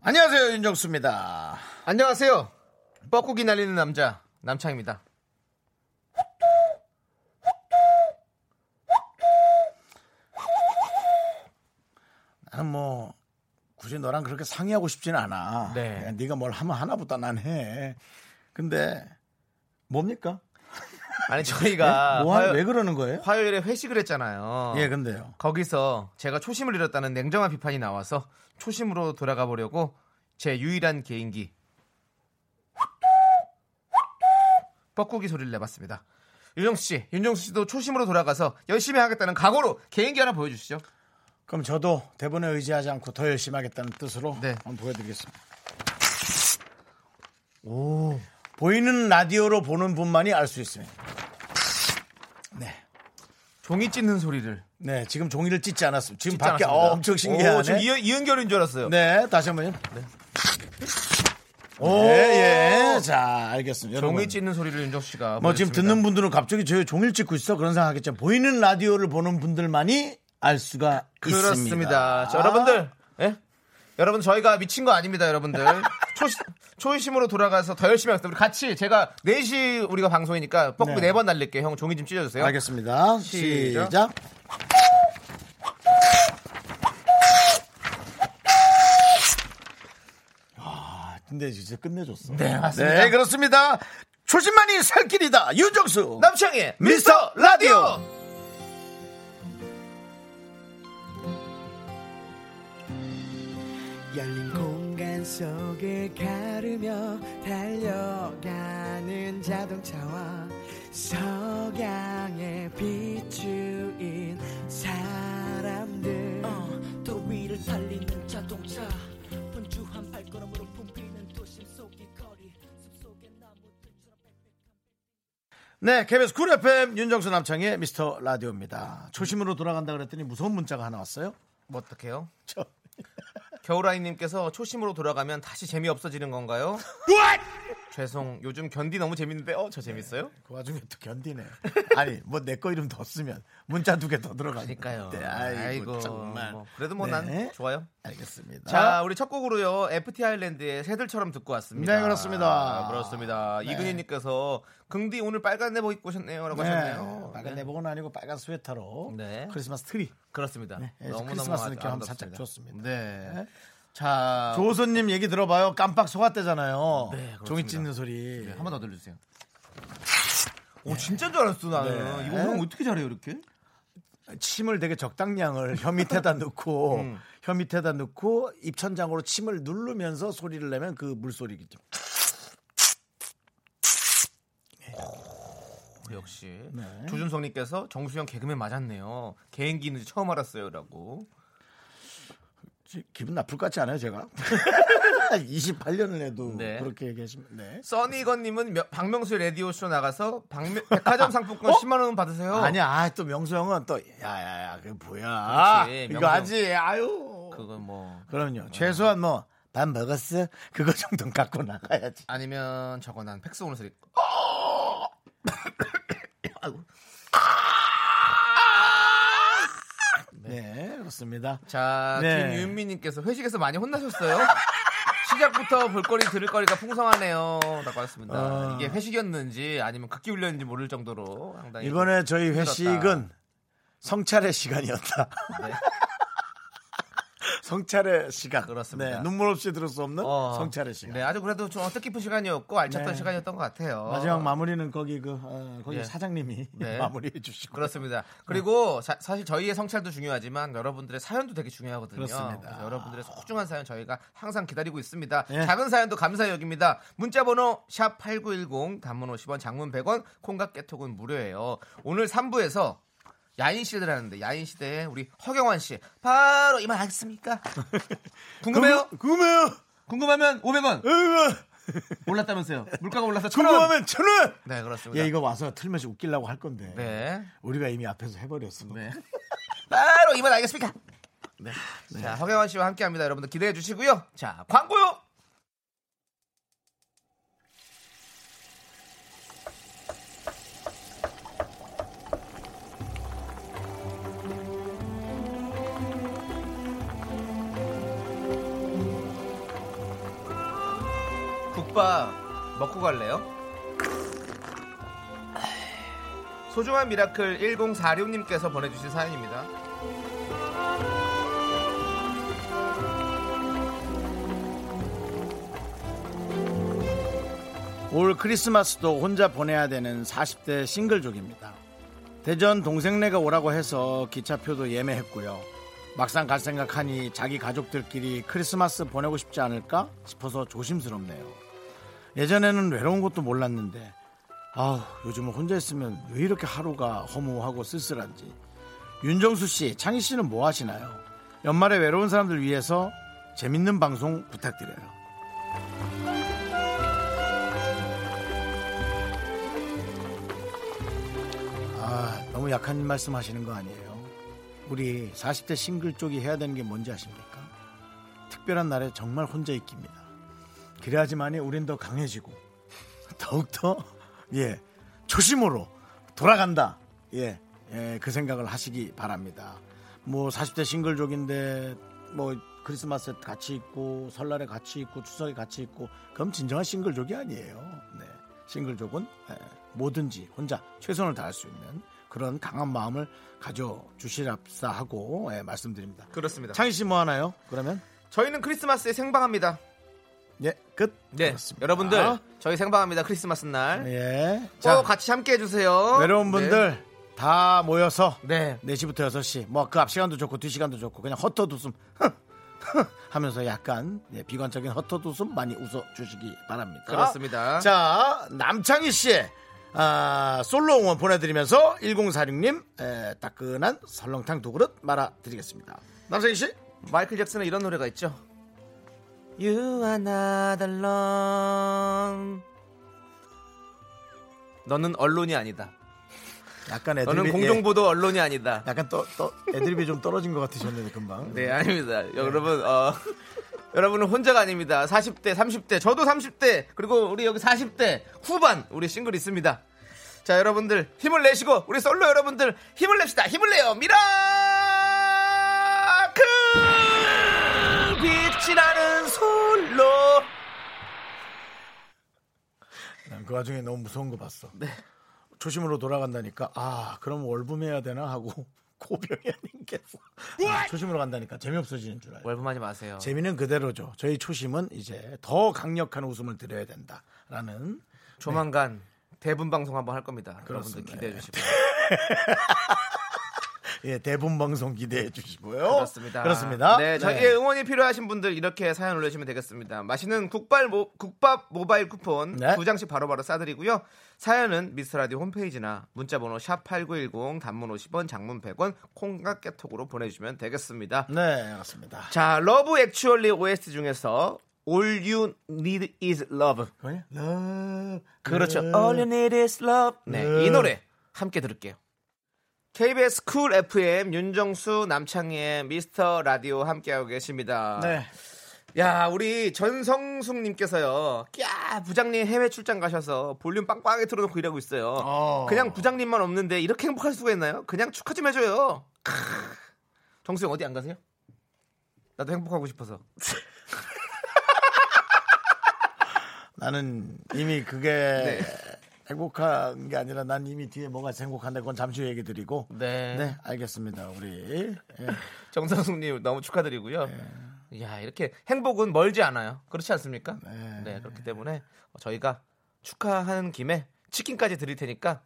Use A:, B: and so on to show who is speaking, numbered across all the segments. A: 안녕하세요 윤정수입니다.
B: 안녕하세요. 뻐꾸기 날리는 남자 남창입니다.
A: 나는 뭐 굳이 너랑 그렇게 상의하고 싶진 않아.
B: 네.
A: 그냥 네가 뭘 하면 하나보다 난 해. 근데 뭡니까?
B: 아니 저희가
A: 뭐 하-
B: 화요, 어.
A: 왜 그러는 거예요?
B: 일에 회식을 했잖아요.
A: 예, 근데요.
B: 거기서 제가 초심을 잃었다는 냉정한 비판이 나와서 초심으로 돌아가 보려고 제 유일한 개인기 뻐꾸기 소리를 내봤습니다. 윤정수 씨, 윤정수 씨도 초심으로 돌아가서 열심히 하겠다는 각오로 개인기 하나 보여주시죠.
A: 그럼 저도 대본에 의지하지 않고 더 열심히 하겠다는 뜻으로
B: 네.
A: 한번 보여드리겠습니다. 보이는 라디오로 보는 분만이 알 수 있습니다. 네.
B: 종이 찢는 소리를.
A: 네, 지금 종이를 찢지 않았습니다. 지금
B: 찢지
A: 밖에
B: 않았습니다.
A: 엄청
B: 오, 지금
A: 신기하네.
B: 이은, 이은결인 줄 알았어요.
A: 네, 다시 한번요.
B: 오.
A: 네, 예. 자, 알겠습니다.
B: 종이
A: 여러분.
B: 찢는 소리를 윤정수 씨가.
A: 뭐 지금
B: 보여줬습니다.
A: 듣는 분들은 갑자기 저 종일 찍고 있어 그런 생각하겠죠. 보이는 라디오를 보는 분들만이 알 수가
B: 그렇습니다.
A: 있습니다.
B: 자, 여러분들, 예? 여러분 저희가 미친 거 아닙니다, 여러분들. 초심으로 돌아가서 더 열심히 하겠습니다. 우리 같이 제가 4시 우리가 방송이니까 뻑꾸
A: 네.
B: 네. 번 날릴게요. 형 종이 좀 찢어주세요.
A: 알겠습니다.
B: 시작.
A: 시작. 아, 근데 진짜 끝내줬어.
B: 네, 맞습니다.
A: 네, 그렇습니다. 초심만이 살 길이다. 윤정수.
B: 남창희
A: 미스터 라디오.
C: 열린 공간 속을 가르며 달려가는 자동차와 석양에 비추인 사람들
D: 더 위를 달리는 자동차 분주한 발걸음으로 붐비는 도심 속의 거리 숲속의 나무들처럼
A: 네, KBS 쿨 FM 윤정수 남창의 미스터 라디오입니다. 초심으로 돌아간다 그랬더니 무서운 문자가 하나 왔어요.
B: 뭐 어떡해요?
A: 저-
B: 겨울아이님께서 초심으로 돌아가면 다시 재미 없어지는 건가요? 죄송, 요즘 견디 너무 재밌는데, 어, 저 재밌어요?
A: 그 와중에 또 견디네. 아니 뭐 내 거 이름 더 쓰면 문자 두 개 더 들어가니까.
B: 그러니까요.
A: 아이고, 네, 정말.
B: 뭐, 그래도 뭐
A: 네.
B: 난 좋아요.
A: 알겠습니다.
B: 자, 우리 첫 곡으로요. FT 아일랜드의 새들처럼 듣고 왔습니다.
A: 아? 네, 그렇습니다. 네.
B: 아, 그렇습니다. 이근희 님께서 긍디 오늘 빨간 내복 입고 오셨네요라고 하셨네요.
A: 네, 빨간 내복은 아니고 빨간 스웨터로
B: 네.
A: 크리스마스 트리
B: 그렇습니다.
A: 네,
B: 너무너무
A: 크리스마스
B: 아주
A: 느낌 한번
B: 아름답습니다.
A: 살짝 줬습니다.
B: 네.
A: 네.
B: 자,
A: 조호선님 얘기 들어봐요. 깜빡 속았대잖아요.
B: 아. 네, 그렇습니다. 네.
A: 종이 찢는 소리.
B: 한 번 더 들려 주세요. 오, 진짜인 줄 알았어, 나는.
A: 네.
B: 이거 형 어떻게 잘해요, 이렇게?
A: 침을 되게 적당량을 혀 밑에다 넣고
B: 음.
A: 혀 밑에다 넣고 입천장으로 침을 누르면서 소리를 내면 그 물소리겠죠.
B: 역시.
A: 네.
B: 조준성 님께서 정수영 개그맨 맞았네요. 개인기 있는지 처음 알았어요라고.
A: 지- 기분 나쁠 것 같지 않아요, 제가? 28년을 해도
B: 네.
A: 그렇게 얘기하시면 네.
B: 써니건님은 며- 박명수 라디오 쇼 나가서 박명- 백화점 상품권 10만 원 받으세요.
A: 어? 아니야, 아, 또 명수 형은 또 야야야, 그게 뭐야?
B: 그렇지,
A: 이거
B: 명수
A: 하지, 아유. 그,
B: 그건 뭐
A: 럼요 최소한 뭐 밥 먹었어? 그거 정도는 갖고 나가야지.
B: 아니면 저거 난 팩스 오는 소리.
A: 네, 그렇습니다.
B: 자,
A: 네.
B: 김윤미님께서 회식에서 많이 혼나셨어요? 시작부터 볼거리 들을거리가 풍성하네요라고 하셨습니다.
A: 어.
B: 이게 회식이었는지 아니면 극기 훈련인지 모를 정도로 상당히
A: 이번에 저희
B: 아, 힘들었다.
A: 회식은 성찰의 시간이었다.
B: 네.
A: 성찰의 시간.
B: 그렇습니다.
A: 네, 눈물 없이 들을 수 없는
B: 어,
A: 성찰의 시간.
B: 네, 아주 그래도 좀 뜻깊은 시간이었고 알찼던
A: 네.
B: 시간이었던 것 같아요.
A: 마지막 마무리는 거기 그 어, 거기
B: 예.
A: 사장님이
B: 네.
A: 마무리해 주시고
B: 그렇습니다. 그리고 사, 실 저희의 성찰도 중요하지만 여러분들의 사연도 되게 중요하거든요.
A: 그렇습니다.
B: 그래서 여러분들의 소중한 사연 저희가 항상 기다리고 있습니다.
A: 예.
B: 작은 사연도 감사의 여기입니다. 문자번호 샵 #8910 단문 50원, 장문 100원, 콩각 개톡은 무료예요. 오늘 3부에서 야인 시대를 하는데 야인 시대에 우리 허경환 씨 바로 이만 하겠습니까? 궁금해요?
A: 궁금해요.
B: 궁금하면 500원. 올랐다면서요. 물가가 올라서 1000원.
A: 궁금하면 천 원.
B: 네, 그렇습니다.
A: 예, 이거 와서 틀면서 웃기려고 할 건데.
B: 네.
A: 우리가 이미 앞에서 해버렸습니다.
B: 네. 바로 이번 알겠습니까? 네. 자, 허경환 씨와 함께 합니다. 여러분들 기대해 주시고요. 자, 광고요! 국밥 먹고 갈래요? 소중한 미라클 1046님께서 보내주신 사연입니다.
A: 올 크리스마스도 혼자 보내야 되는 40대 싱글족입니다. 대전 동생네가 오라고 해서 기차표도 예매했고요. 막상 갈 생각하니 자기 가족들끼리 크리스마스 보내고 싶지 않을까 싶어서 조심스럽네요. 예전에는 외로운 것도 몰랐는데 아 요즘은 혼자 있으면 왜 이렇게 하루가 허무하고 쓸쓸한지 윤정수 씨, 창희 씨는 뭐 하시나요? 연말에 외로운 사람들 위해서 재밌는 방송 부탁드려요. 아, 너무 약한 말씀 하시는 거 아니에요? 우리 40대 싱글 쪽이 해야 되는 게 뭔지 아십니까? 특별한 날에 정말 혼자 있기입니다. 그래야지만이 우린 더 강해지고 더욱더 예 초심으로 돌아간다 예, 예, 그 생각을 하시기 바랍니다. 뭐 40대 싱글족인데 뭐 크리스마스에 같이 있고 설날에 같이 있고 추석에 같이 있고 그럼 진정한 싱글족이 아니에요. 네, 싱글족은 예, 뭐든지 혼자 최선을 다할 수 있는 그런 강한 마음을 가져주시랍사 하고 예, 말씀드립니다.
B: 그렇습니다.
A: 창희 씨 뭐 하나요? 그러면
B: 저희는 크리스마스에 생방합니다.
A: 예 끝.
B: 네,
A: 그렇습니다.
B: 여러분들 저희 생방합니다. 크리스마스 날.
A: 예.
B: 꼭
A: 자,
B: 같이 함께 해주세요.
A: 외로운 분들 다 모여서
B: 네. 네.
A: 4시부터 6시 뭐 그 앞 시간도 좋고 뒤 시간도 좋고 그냥 헛헛웃음 하면서 약간 예, 비관적인 헛헛웃음 많이 웃어 주시기 바랍니다.
B: 그렇습니다.
A: 자 남창희 씨의 아, 솔로 응원 보내드리면서 1046님 에, 따끈한 설렁탕 두 그릇 말아드리겠습니다. 남창희 씨
B: 마이클 잭슨의 이런 노래가 있죠. You are not alone. 너는 언론이 아니다.
A: 약간
B: 너는
A: 애드립이
B: 공정보도 언론이 아니다.
A: 예, 약간 또, 또 애드립이 좀 떨어진 것 같으셨는데 금방
B: 네, 아닙니다. 여러분, 어, 여러분은 혼자가 아닙니다. 40대, 30대, 저도 30대, 그리고 우리 여기 40대 후반, 우리 싱글 있습니다. 자, 여러분들, 힘을 내시고, 우리 솔로 여러분들, 힘을 냅시다. 힘을 내요. 미라클! 빛이 나는 솔로.
A: 난그 와중에 너무 무서운 거 봤어.
B: 네.
A: 초심으로 돌아간다니까. 아, 그럼 월붐해야 되나 하고 고병이 아닌겠어. 아, 초심으로 간다니까 재미없어지는 줄 알고.
B: 월분하지 마세요.
A: 재미는 그대로죠. 저희 초심은 이제 더 강력한 웃음을 드려야 된다라는
B: 조만간 대분 방송 한번 할 겁니다.
A: 그렇습니다.
B: 여러분들 기대해 주시고.
A: 예, 대본 방송 기대해 주시고요.
B: 어, 그렇습니다.
A: 그렇습니다.
B: 네, 저희의 응원이 필요하신 분들 이렇게 사연 올려주시면 되겠습니다. 맛있는 국발 모, 국밥 모바일 쿠폰
A: 네.
B: 두 장씩 바로바로 싸드리고요. 사연은 미스터라디오 홈페이지나 문자번호 샵 8910 단문 50원 장문 100원 콩깍 깨톡으로 보내주시면 되겠습니다.
A: 네, 맞습니다.
B: 자, 러브 액츄얼리 OST 중에서 All You Need Is Love 그렇죠. All you need is love. 네, 이 노래 함께 들을게요. KBS 쿨 FM 윤정수 남창희의 미스터 라디오 함께하고 계십니다.
A: 네.
B: 야, 우리 전성숙님께서요. 끼야 부장님 해외 출장 가셔서 볼륨 빵빵하게 틀어놓고 일하고 있어요.
A: 어.
B: 그냥 부장님만 없는데 이렇게 행복할 수가 있나요? 그냥 축하 좀 해줘요. 크. 정수영 어디 안 가세요? 나도 행복하고 싶어서.
A: 나는 이미 그게
B: 네.
A: 행복한 게 아니라 난 이미 뒤에 뭐가 행복한데 그건 잠시 후에 얘기 드리고.
B: 네.
A: 네, 알겠습니다. 우리 예.
B: 정선숙님 너무 축하드리고요. 야 이렇게 행복은 멀지 않아요. 그렇지 않습니까? 네. 그렇기 때문에 어, 저희가 축하하는 김에 치킨까지 드릴 테니까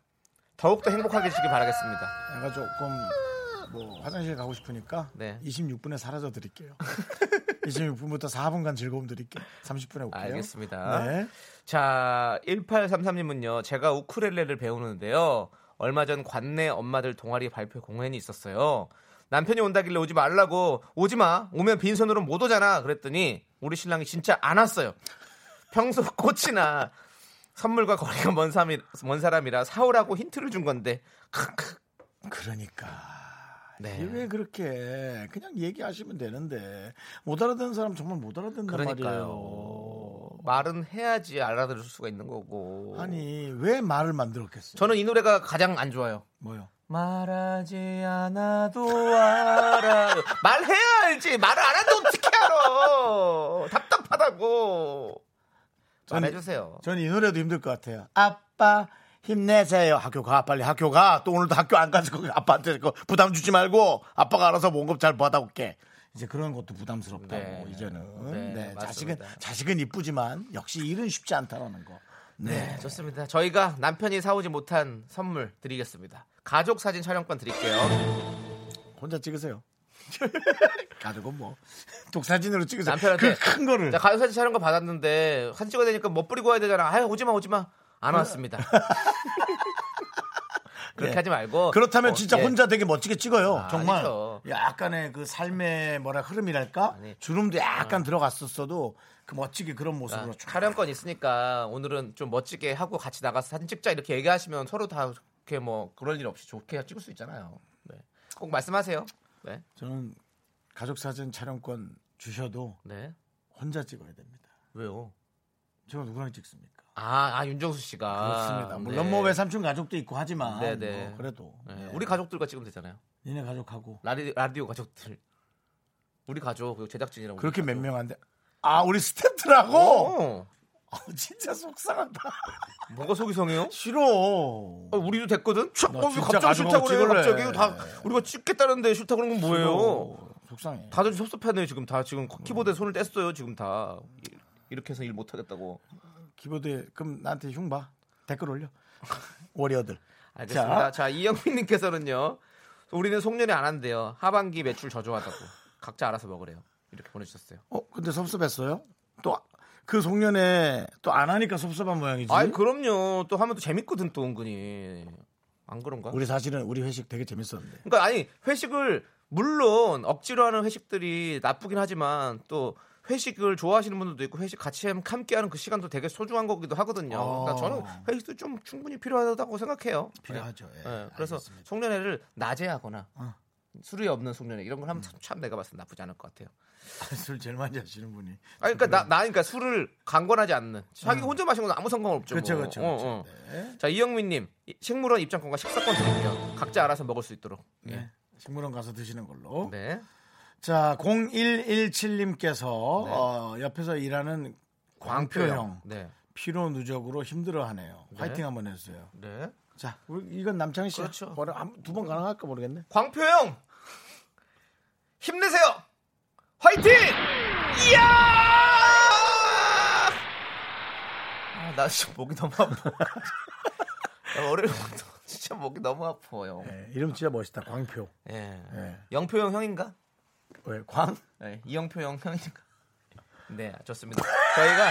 B: 더욱더 행복하게 되시길 바라겠습니다.
A: 내가 조금 뭐 화장실 가고 싶으니까
B: 네.
A: 26분에 사라져 드릴게요. 26분부터 4분간 즐거움 드릴게요. 30분에 올게요.
B: 알겠습니다.
A: 네.
B: 자 1833님은요. 제가 우쿨렐레를 배우는데요. 얼마 전 관내 엄마들 동아리 발표 공연이 있었어요. 남편이 온다길래 오지 말라고 오지 마. 오면 빈손으로 못 오잖아. 그랬더니 우리 신랑이 진짜 안 왔어요. 평소 꽃이나 선물과 거리가 먼, 사람이, 먼 사람이라 사오라고 힌트를 준 건데. 크크.
A: 그러니까
B: 네.
A: 이게 왜 그렇게 그냥 얘기하시면 되는데 못 알아듣는 사람 정말 못 알아듣는 말이에요.
B: 그러니까요. 말은 해야지 알아들을 수가 있는 거고.
A: 아니 왜 말을 만들었겠어요?
B: 저는 이 노래가 가장 안 좋아요.
A: 뭐요?
B: 말하지 않아도 알아. 말해야 알지. 말을 안 하는데 어떻게 알아. 답답하다고.
A: 전-
B: 말해주세요.
A: 저는 이 노래도 힘들 것 같아요. 아빠 힘내세요. 학교 가 빨리 학교 가. 또 오늘도 학교 안 가서 거기 아빠한테 그 부담 주지 말고 아빠가 알아서 봉급 잘 받아올게. 이제 그런 것도 부담스럽다고
B: 네.
A: 이제는
B: 네,
A: 네, 자식은
B: 맞습니다.
A: 자식은 이쁘지만 역시 일은 쉽지 않다라는 거. 네.
B: 좋습니다. 저희가 남편이 사오지 못한 선물 드리겠습니다. 가족 사진 촬영권 드릴게요.
A: 혼자 찍으세요. 가족은 뭐 독사진으로 찍으세요.
B: 남편한테
A: 그 큰 거를
B: 자, 가족 사진 촬영권 받았는데 사진 찍어야 되니까 못 뿌리고 와야 되잖아. 아 오지마 오지마. 안 왔습니다. 그렇게
A: 네.
B: 하지 말고
A: 그렇다면
B: 어,
A: 진짜
B: 예.
A: 혼자 되게 멋지게 찍어요.
B: 아,
A: 정말
B: 아니죠.
A: 약간의 그 삶의 뭐라 흐름이랄까
B: 아니.
A: 주름도 약간 들어갔었어도 그 멋지게 그런 모습으로
B: 그러니까
A: 쭉
B: 촬영권 있으니까 오늘은 좀 멋지게 하고 같이 나가서 사진 찍자 이렇게 얘기하시면 서로 다 그렇게 뭐 그럴 일 없이 좋게 찍을 수 있잖아요. 네. 꼭 말씀하세요. 네.
A: 저는 가족 사진 촬영권 주셔도
B: 네.
A: 혼자 찍어야 됩니다.
B: 왜요?
A: 제가 누구랑 찍습니까?
B: 아, 아 윤정수 씨가
A: 그렇습니다. 물론
B: 네.
A: 뭐 외삼촌 가족도 있고 하지만
B: 네, 네.
A: 뭐 그래도
B: 네.
A: 네.
B: 우리 가족들과 찍으면 되잖아요.
A: 니네 가족하고
B: 라디, 라디오 가족들. 우리 가족 그리고 제작진이랑 우리
A: 그렇게 몇
B: 가족.
A: 명한데 아 우리 스태프라고
B: 어.
A: 어, 진짜 속상하다.
B: 뭐가 속이 성해요?
A: 싫어.
B: 아, 어, 우리도 됐거든. 어, 왜
A: 진짜
B: 갑자기
A: 가족하고
B: 싫다고 그래. 갑자기
A: 찍을래.
B: 다 우리가 찍겠다는데 싫다고 그러는 건 뭐예요? 음.
A: 어, 속상해.
B: 다들 섭섭하네요 지금 다 지금 키보드에 손을 뗐어요 지금 다 이- 이렇게 해서 일 못하겠다고
A: 키보드에 그럼 나한테 흉 봐. 댓글 올려. 워리어들.
B: 알겠습니다 자, 이영민님께서는요 우리는 송년회 안 한대요 하반기 매출 저조하다고 각자 알아서 먹으래요 이렇게 보내주셨어요
A: 어 근데 섭섭했어요? 또 그 송년회 또 안 하니까 섭섭한 모양이지.
B: 아이 그럼요 또 하면 또 재밌거든 또 은근히 안 그런가
A: 우리 사실은 우리 회식 되게 재밌었는데.
B: 그러니까 아니 회식을 물론 억지로 하는 회식들이 나쁘긴 하지만 또 회식을 좋아하시는 분들도 있고 회식 같이 함- 함께하는 그 시간도 되게 소중한 거기도 하거든요. 그러니까 저는 회식도 좀 충분히 필요하다고 생각해요.
A: 아. 필요하죠.
B: 네.
A: 예,
B: 네. 그래서
A: 알겠습니다.
B: 송년회를 낮에 하거나
A: 어.
B: 술이 없는 송년회 이런 걸 하면 참, 참 내가 봤을 때 나쁘지 않을 것 같아요.
A: 술 제일 많이 하시는 분이.
B: 아니, 그러니까 나, 나 그러니까 술을 강권하지 않는 자기 혼자 마신 건 아무 상관 없죠.
A: 음. 그렇죠,
B: 뭐.
A: 그렇죠.
B: 어, 어. 자 이영민님 이- 식물원 입장권과 식사권 드릴게요. 각자 알아서 먹을 수 있도록. 예.
A: 네. 식물원 가서 드시는 걸로.
B: 네.
A: 자, 0117님께서 어, 옆에서 일하는 광표형
B: 네.
A: 피로 누적으로 힘들어하네요. 화이팅 한번 해주세요.
B: 네.
A: 자, 우리 이건 남창희 씨.
B: 그렇죠.
A: 두번 가능할까 모르겠네.
B: 광표형 힘내세요. 화이팅! 이야! 아, 나 지금 목이 너무 아파. 나 월요일부터 진짜 목이 너무 아파요.
A: 네, 이름 진짜 멋있다. 광표.
B: 예.
A: 예.
B: 영표형 형인가?
A: 왜 광?
B: 네, 이영표형 형인가? 네, 좋습니다. 저희가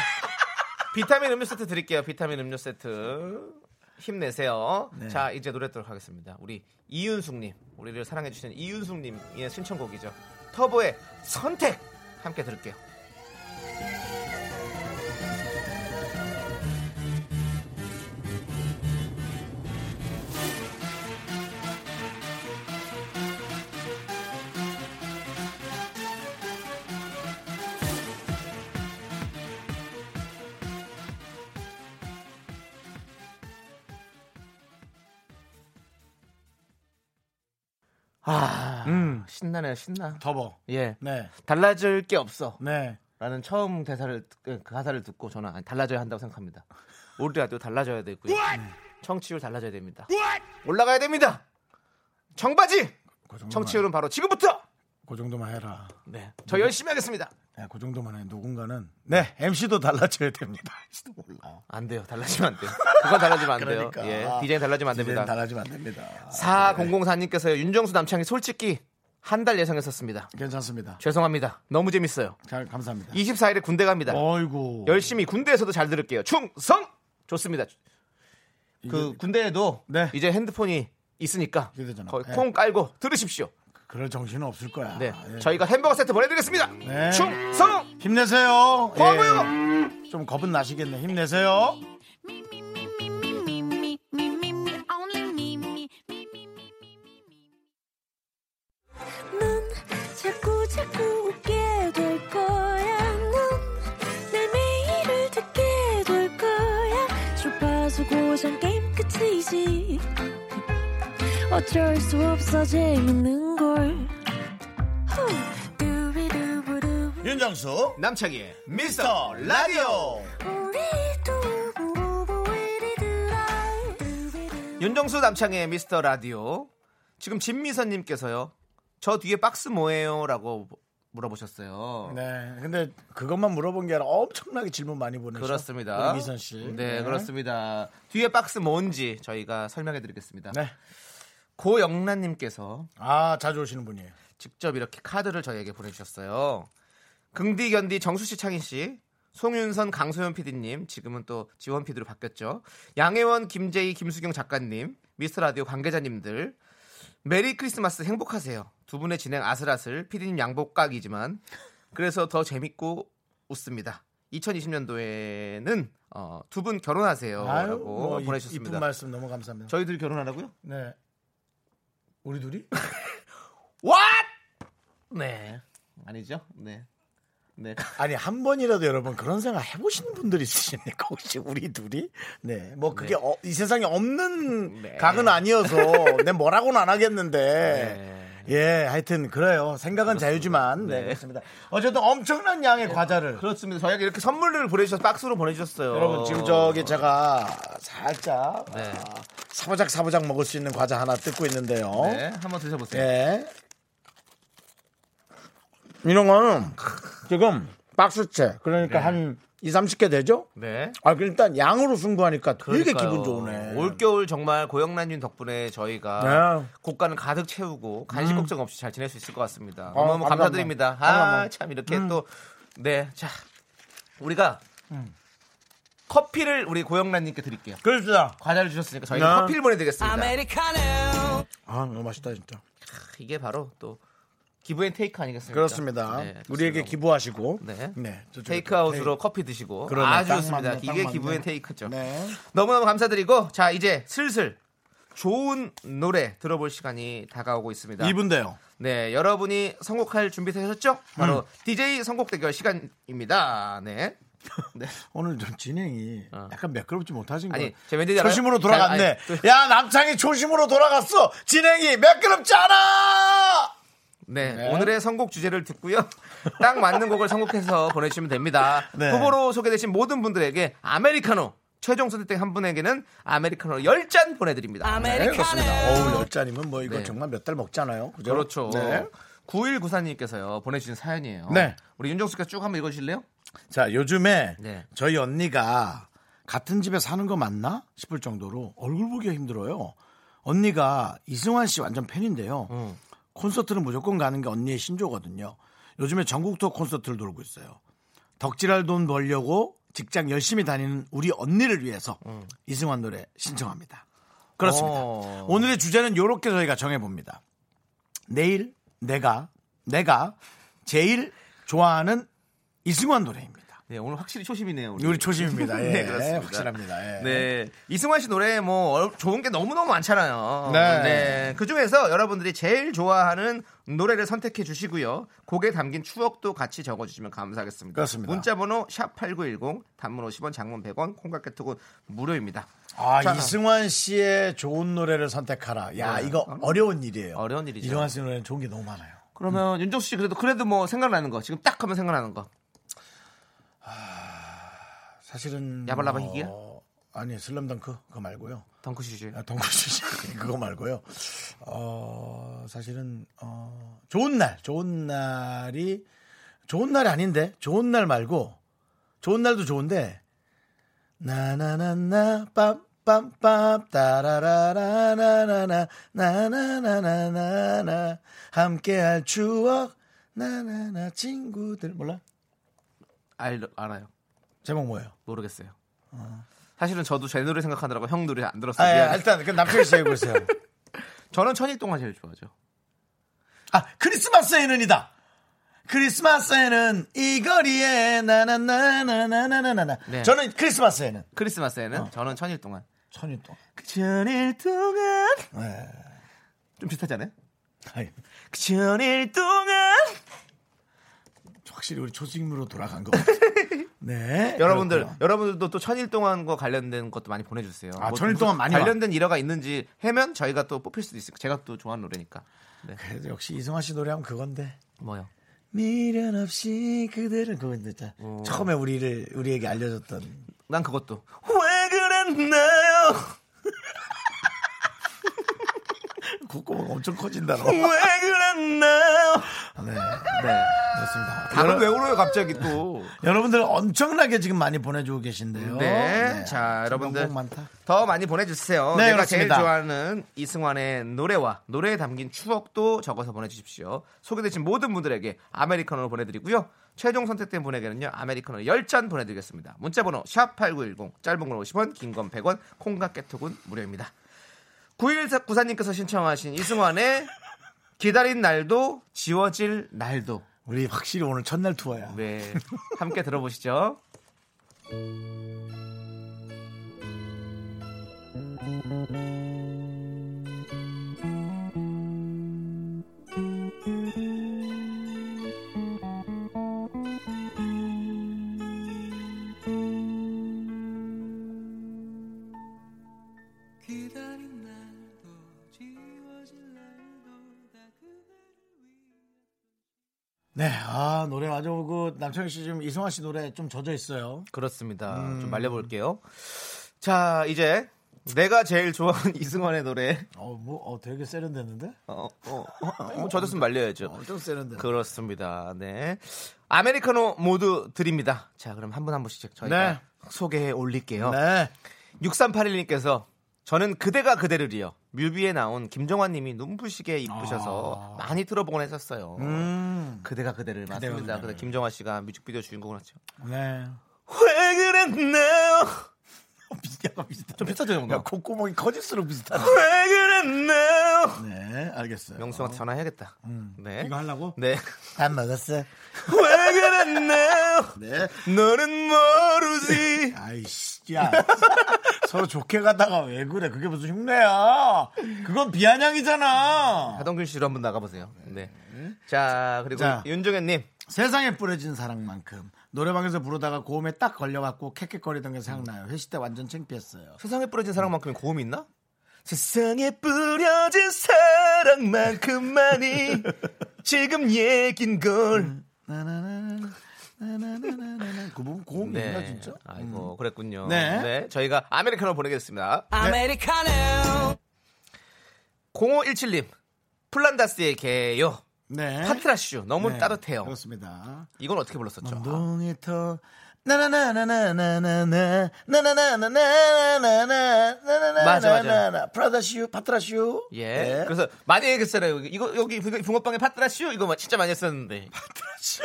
B: 비타민 음료 세트 드릴게요. 비타민 음료 세트. 힘내세요. 자, 이제 노래 듣도록 하겠습니다. 우리 이윤숙님, 우리를 사랑해주시는 이윤숙님의 신청곡이죠. 터보의 선택! 함께 들을게요. 아,
A: 음.
B: 신나네요, 신나.
A: 더버.
B: 예.
A: 네.
B: 달라질 게 없어.
A: 네.
B: 라는 처음 대사를 그 가사를 듣고 저는 아니, 달라져야 한다고 생각합니다. 우리 라디오 달라져야 되고요. 청취율 달라져야 됩니다. 올라가야 됩니다. 청바지
A: 그 정도만-
B: 청취율은 바로 지금부터.
A: 그 정도만 해라.
B: 네, 저 열심히 하겠습니다.
A: 네, 그 정도만 해. 누군가는 네 MC도 달라져야 됩니다. 지도 몰라.
B: 안 돼요. 달라지면 안 돼요. 아, 그건 달라지면 안 돼요.
A: 그러니까.
B: 예, 디자인 달라지면
A: 이제는
B: 안 됩니다.
A: 달라지면 안 됩니다.
B: 4004님께서 윤정수 남창이 솔직히 한 달 예상했었습니다.
A: 괜찮습니다.
B: 죄송합니다. 너무 재밌어요.
A: 잘 감사합니다.
B: 24일에 군대 갑니다.
A: 어이구.
B: 열심히 군대에서도 잘 들을게요. 충성! 좋습니다. 그 군대에도
A: 네.
B: 이제 핸드폰이 있으니까
A: 이게 되잖아.
B: 거기
A: 네.
B: 콩 깔고 들으십시오.
A: 그럴 정신은 없을 거야.
B: 네.
A: 예.
B: 저희가 햄버거 세트 보내드리겠습니다.
A: 네.
B: 충성!
A: 힘내세요.
B: 고마워요.
A: 예. 좀 겁은 나시겠네. 힘내세요.
E: 넌 자꾸 자꾸 웃게 될 거야. 넌내 매일을 듣게 될 거야. 주파수 고정 게임 끝이지. 어쩔 수 없어 재밌는 걸. 후. 두비두부두.
A: 윤정수.
B: 남창희의 미스터 라디오!
E: 우리 두부부부 우리 두라. 두비두부.
B: 윤정수 남창희의 미스터 라디오. 지금 진미선님께서요. 저 뒤에 박스 뭐예요? 라고 물어보셨어요.
A: 네. 근데 그것만 물어본 게 아니라 엄청나게 질문 많이 보내셨
B: 그렇습니다.
A: 미선 씨.
B: 네, 그렇습니다. 뒤에 박스 뭔지 저희가 설명해 드리겠습니다.
A: 네.
B: 고영란님께서
A: 아, 자주 오시는 분이에요.
B: 직접 이렇게 카드를 저희에게 보내주셨어요. 긍디 견디 정수 씨 창희 씨 송윤선 강소연 PD님 지금은 또 지원 PD로 바뀌었죠. 양혜원 김재희 김수경 작가님 미스터 라디오 관계자님들 메리 크리스마스 행복하세요. 두 분의 진행 아슬아슬 PD님 양복각이지만 그래서 더 재밌고 웃습니다. 2020년도에는 어, 두 분
A: 아유,
B: 어, 결혼하세요라고
A: 뭐 이-
B: 보내주셨습니다.
A: 이쁜 말씀 너무 감사합니다.
B: 저희들 결혼하라고요?
A: 네. 우리 둘이?
B: What? 네 아니죠? 네 네.
A: 아니 한 번이라도 여러분 그런 생각 해보시는 분들 있으십니까 혹시 우리 둘이 네뭐 그게
B: 네.
A: 어- 이 세상에 없는
B: 네.
A: 각은 아니어서 내 뭐라고는 안 하겠는데
B: 네.
A: 예 하여튼 그래요 생각은 자유지만 네.
B: 네.
A: 그렇습니다 어쨌든 엄청난 양의 과자를
B: 그렇습니다. 저희가 이렇게 선물을 보내주셔서 박스로 보내주셨어요.
A: 여러분 지금 저기 제가 살짝
B: 네.
A: 아, 사보작 사보작 먹을 수 있는 과자 하나 뜯고 있는데요
B: 네, 한번 드셔보세요.
A: 예 이런 거는 지금 박스째 그러니까
B: 네.
A: 한 2, 30개 되죠?
B: 네.
A: 아, 그 일단 양으로 승부하니까 되게
B: 그러니까요.
A: 기분 좋으네.
B: 올겨울 정말 고영란님 덕분에 저희가
A: 네.
B: 곡간을 가득 채우고 간식 걱정 없이 잘 지낼 수 있을 것 같습니다.
A: 어,
B: 너무너무 감사드립니다.
A: 감사합니다. 음.
B: 아, 참 이렇게 또 네, 자 우리가 커피를 우리 고영란님께 드릴게요.
A: 음. 그렇습니다.
B: 과자를 주셨으니까 저희가
A: 네.
B: 커피를 보내드리겠습니다.
D: 아메리카노
A: 아, 너무 맛있다, 진짜.
B: 크, 이게 바로 또 기브앤테이크 아니겠습니까?
A: 그렇습니다.
B: 네,
A: 우리에게
B: 좋습니다.
A: 기부하시고.
B: 네.
A: 저쪽에
B: 테이크아웃으로 커피 드시고
A: 그렇죠, 그러네,
B: 아주
A: 딱 맞네,
B: 좋습니다.
A: 딱
B: 이게
A: 맞네.
B: 기부엔 테이크죠.
A: 네.
B: 너무너무 감사드리고 자 이제 슬슬 좋은 노래 들어볼 시간이 다가오고 있습니다.
A: 이분데요.
B: 네 여러분이 선곡할 준비 되셨죠? 바로
A: 음.
B: DJ 선곡 대결 시간입니다. 네. 네.
A: 오늘 좀 진행이 약간 매끄럽지 못하신 거.
B: 어. 아니, 제가 왠지 알아요?
A: 초심으로
B: 잘-
A: 돌아갔네.
B: 아니, 또-
A: 야, 남창이 초심으로 돌아갔어. 진행이 매끄럽지 않아.
B: 네,
A: 네.
B: 오늘의 선곡 주제를 듣고요. 딱 맞는 곡을 선곡해서 보내주시면 됩니다.
A: 네.
B: 후보로 소개되신 모든 분들에게 아메리카노 최종 선택 한 분에게는 아메리카노 10잔 보내드립니다.
A: 네, 그렇습니다.
D: 아메리카노
A: 어우, 열 잔이면 뭐 이거
B: 네.
A: 정말 몇 달 먹잖아요. 그죠?
B: 그렇죠.
A: 네.
B: 9194님께서요 보내주신 사연이에요.
A: 네.
B: 우리 윤정수 씨가 쭉 한번 읽어주실래요?
A: 자, 요즘에
B: 네.
A: 저희 언니가 같은 집에 사는 거 맞나 싶을 정도로 얼굴 보기가 힘들어요. 언니가 이승환 씨 완전 팬인데요.
B: 음.
A: 콘서트는 무조건 가는 게 언니의 신조거든요. 요즘에 전국 투어 콘서트를 돌고 있어요. 덕질할 돈 벌려고 직장 열심히 다니는 우리 언니를 위해서 이승환 노래 신청합니다. 그렇습니다.
B: 어.
A: 오늘의 주제는 요렇게 저희가 정해봅니다. 내일 내가 내가 제일 좋아하는 이승환 노래입니다.
B: 네, 오늘 확실히 초심이네요. 우리,
A: 우리 초심입니다. 예,
B: 네, 그렇습니다.
A: 확실합니다. 예.
B: 네, 이승환 씨 노래 뭐 어, 좋은 게 너무 너무 많잖아요.
A: 네.
B: 그 중에서 여러분들이 제일 좋아하는 노래를 선택해 주시고요. 곡에 담긴 추억도 같이 적어주시면 감사하겠습니다.
A: 그렇습니다.
B: 문자번호 샵 #8910 단문 50원, 장문 100원, 콩깍개톡은 무료입니다.
A: 아,
B: 자,
A: 이승환 씨의 좋은 노래를 선택하라. 야,
B: 네.
A: 이거 어려운 일이에요.
B: 어려운 일이죠.
A: 이승환 씨 노래는 좋은 게 너무 많아요.
B: 그러면 윤정수 씨 그래도 그래도 뭐 생각나는 거 지금 딱 하면 생각나는 거.
A: 사실은
B: 야발라바
A: 뭐,
B: 희귀야?
A: 아니, 슬럼덩크 그거 말고요.
B: 덩크슛이.
A: 아, 동굴주식 그거 말고요. 어, 사실은 어, 좋은 날, 좋은 날이 좋은 날이 아닌데 좋은 날 말고 좋은 날도 좋은데 나나나나 빰빰빰 따라라라나나나 나나나나나나 함께할 추억 나나나 친구들 몰라?
B: 알, 알아요.
A: 제목 뭐예요?
B: 모르겠어요. 아. 사실은 저도 제 노래 생각하느라고 형 노래 안 들었어요.
A: 아, 예,
B: 미안해요.
A: 일단 그 남편이 제고 있어요.
B: 저는 천일동화 제일 좋아하죠.
A: 아, 크리스마스에는이다. 크리스마스에는 이 거리에 나나나나나나나나.
B: 네.
A: 저는 크리스마스에는
B: 크리스마스에는 저는 천일 동안.
A: 천일 동안.
B: 그 천일 동안.
A: 네.
B: 좀 비슷하잖아요.
A: 아이,
B: 그 천일 동안.
A: 확실히 우리 초식으로 돌아간 것 같아요. 네.
B: 여러분들
A: 그렇고요.
B: 여러분들도 또 천일 동안과 관련된 것도 많이 보내주세요. 뭐
A: 아, 천일 동안
B: 무슨
A: 많이
B: 관련된 일화가 있는지 해면 저희가 또 뽑힐 수도 있을 거 제가 또 좋아하는 노래니까. 네.
A: 그래도 역시 이승환 씨 노래하면 그건데.
B: 뭐요?
A: 미련 없이 그대를 그건데. 자, 처음에 우리를 우리에게 알려줬던
B: 난 그것도 왜 그랬나요?
A: 국고가 엄청 커진다. 너.
B: 왜 그랬나요?
A: 네.
B: 네.
A: 그렇습니다.
B: 다른 왜 울어요 갑자기 또?
A: 여러분들 엄청나게 지금 많이 보내주고 계신데요.
B: 네.
A: 참
B: 자, 여러분들.
A: 너무 많다.
B: 더 많이 보내주세요.
A: 네,
B: 내가
A: 그렇습니다.
B: 제일 좋아하는 이승환의 노래와 노래에 담긴 추억도 적어서 보내주십시오. 소개되신 모든 분들에게 아메리카노를 보내드리고요. 최종 선택된 분에게는요. 아메리카노 10잔 보내드리겠습니다. 문자번호 샵8910 짧은 건 50원 긴 건 100원 콩과 깨톡은 무료입니다. 9194님께서 신청하신 이승환의 기다린 날도 지워질 날도
A: 우리 확실히 오늘 첫날 투어야.
B: 네, 함께 들어보시죠.
D: 기다린 날도 지워질 날도 다 그대를 위해
A: 네, 아 노래 아주 그 남창희 씨 지금 이승환 씨 노래 좀 젖어 있어요.
B: 그렇습니다. 좀 말려볼게요. 자, 이제 내가 제일 좋아하는 이승환의 노래.
A: 어, 뭐, 어, 되게 세련됐는데?
B: 어, 어, 어, 뭐 젖었으면 말려야죠.
A: 어, 좀 세련돼.
B: 그렇습니다. 네. 아메리카노 모두 드립니다. 자, 그럼 한 분 한 분씩 저희가
A: 네.
B: 소개해 올릴게요.
A: 네.
B: 6381님께서 저는 그대가 그대를이요. 뮤비에 나온 김정환 님이 눈부시게 이쁘셔서 많이 들어보곤 했었어요.
A: 음,
B: 그대가 아. 그대를 맞습니다.
A: 그대를.
B: 근데 김정환 씨가 뮤직비디오 주인공을 했죠.
A: 네.
B: 왜 그랬나요?
A: 어, 비슷하다, 비슷하다.
B: 좀 비슷하죠, 형?
A: 야, 콧구멍이 커질수록 비슷하다.
B: 왜 그랬나요?
A: 네, 알겠어요.
B: 명수한테 전화해야겠다. 네.
A: 이거 하려고?
B: 네.
A: 밥 먹었어?
B: 왜 그랬나요?
A: 네.
B: 너는 모르지.
A: 아이씨, 야. 서로 좋게 가다가 왜 그래? 그게 무슨 흉내야? 그건 비아냥이잖아.
B: 하동균 씨로 한번 나가보세요. 네. 자, 그리고
A: 자.
B: 윤종현님.
A: 세상에 뿌려진 사랑만큼 노래방에서 부르다가 고음에 딱 걸려갖고 캑캑거리던 게 생각나요. 회식 때 완전 창피했어요.
B: 세상에 뿌려진 사랑만큼의 고음이 있나? 세상에 뿌려진 사랑만큼만이 지금 얘긴 걸.
A: 나나나, 나나나나나. 그 부분 고음 네. 있나 진짜?
B: 아이고, 그랬군요.
A: 네.
B: 네. 저희가 아메리카노 보내겠습니다. 네.
D: 아메리카노
B: 0517님. 플란다스의 개요.
A: 네.
B: 파트라슈. 너무
A: 네,
B: 따뜻해요.
A: 그렇습니다. 아, 뭐?
B: 이건 어떻게 불렀었죠? 아,
A: 운동이 터 나나나나나나나나 나나나나나나나나나나나나
B: 맞아, 맞아.
A: 프라다슈 파트라슈
B: 예.
A: 네?
B: 그래서 많이 얘기했잖아요. 이거 여기 붕- 붕어빵에 파트라슈 이거 막 진짜 많이 했었는데. 파트라슈.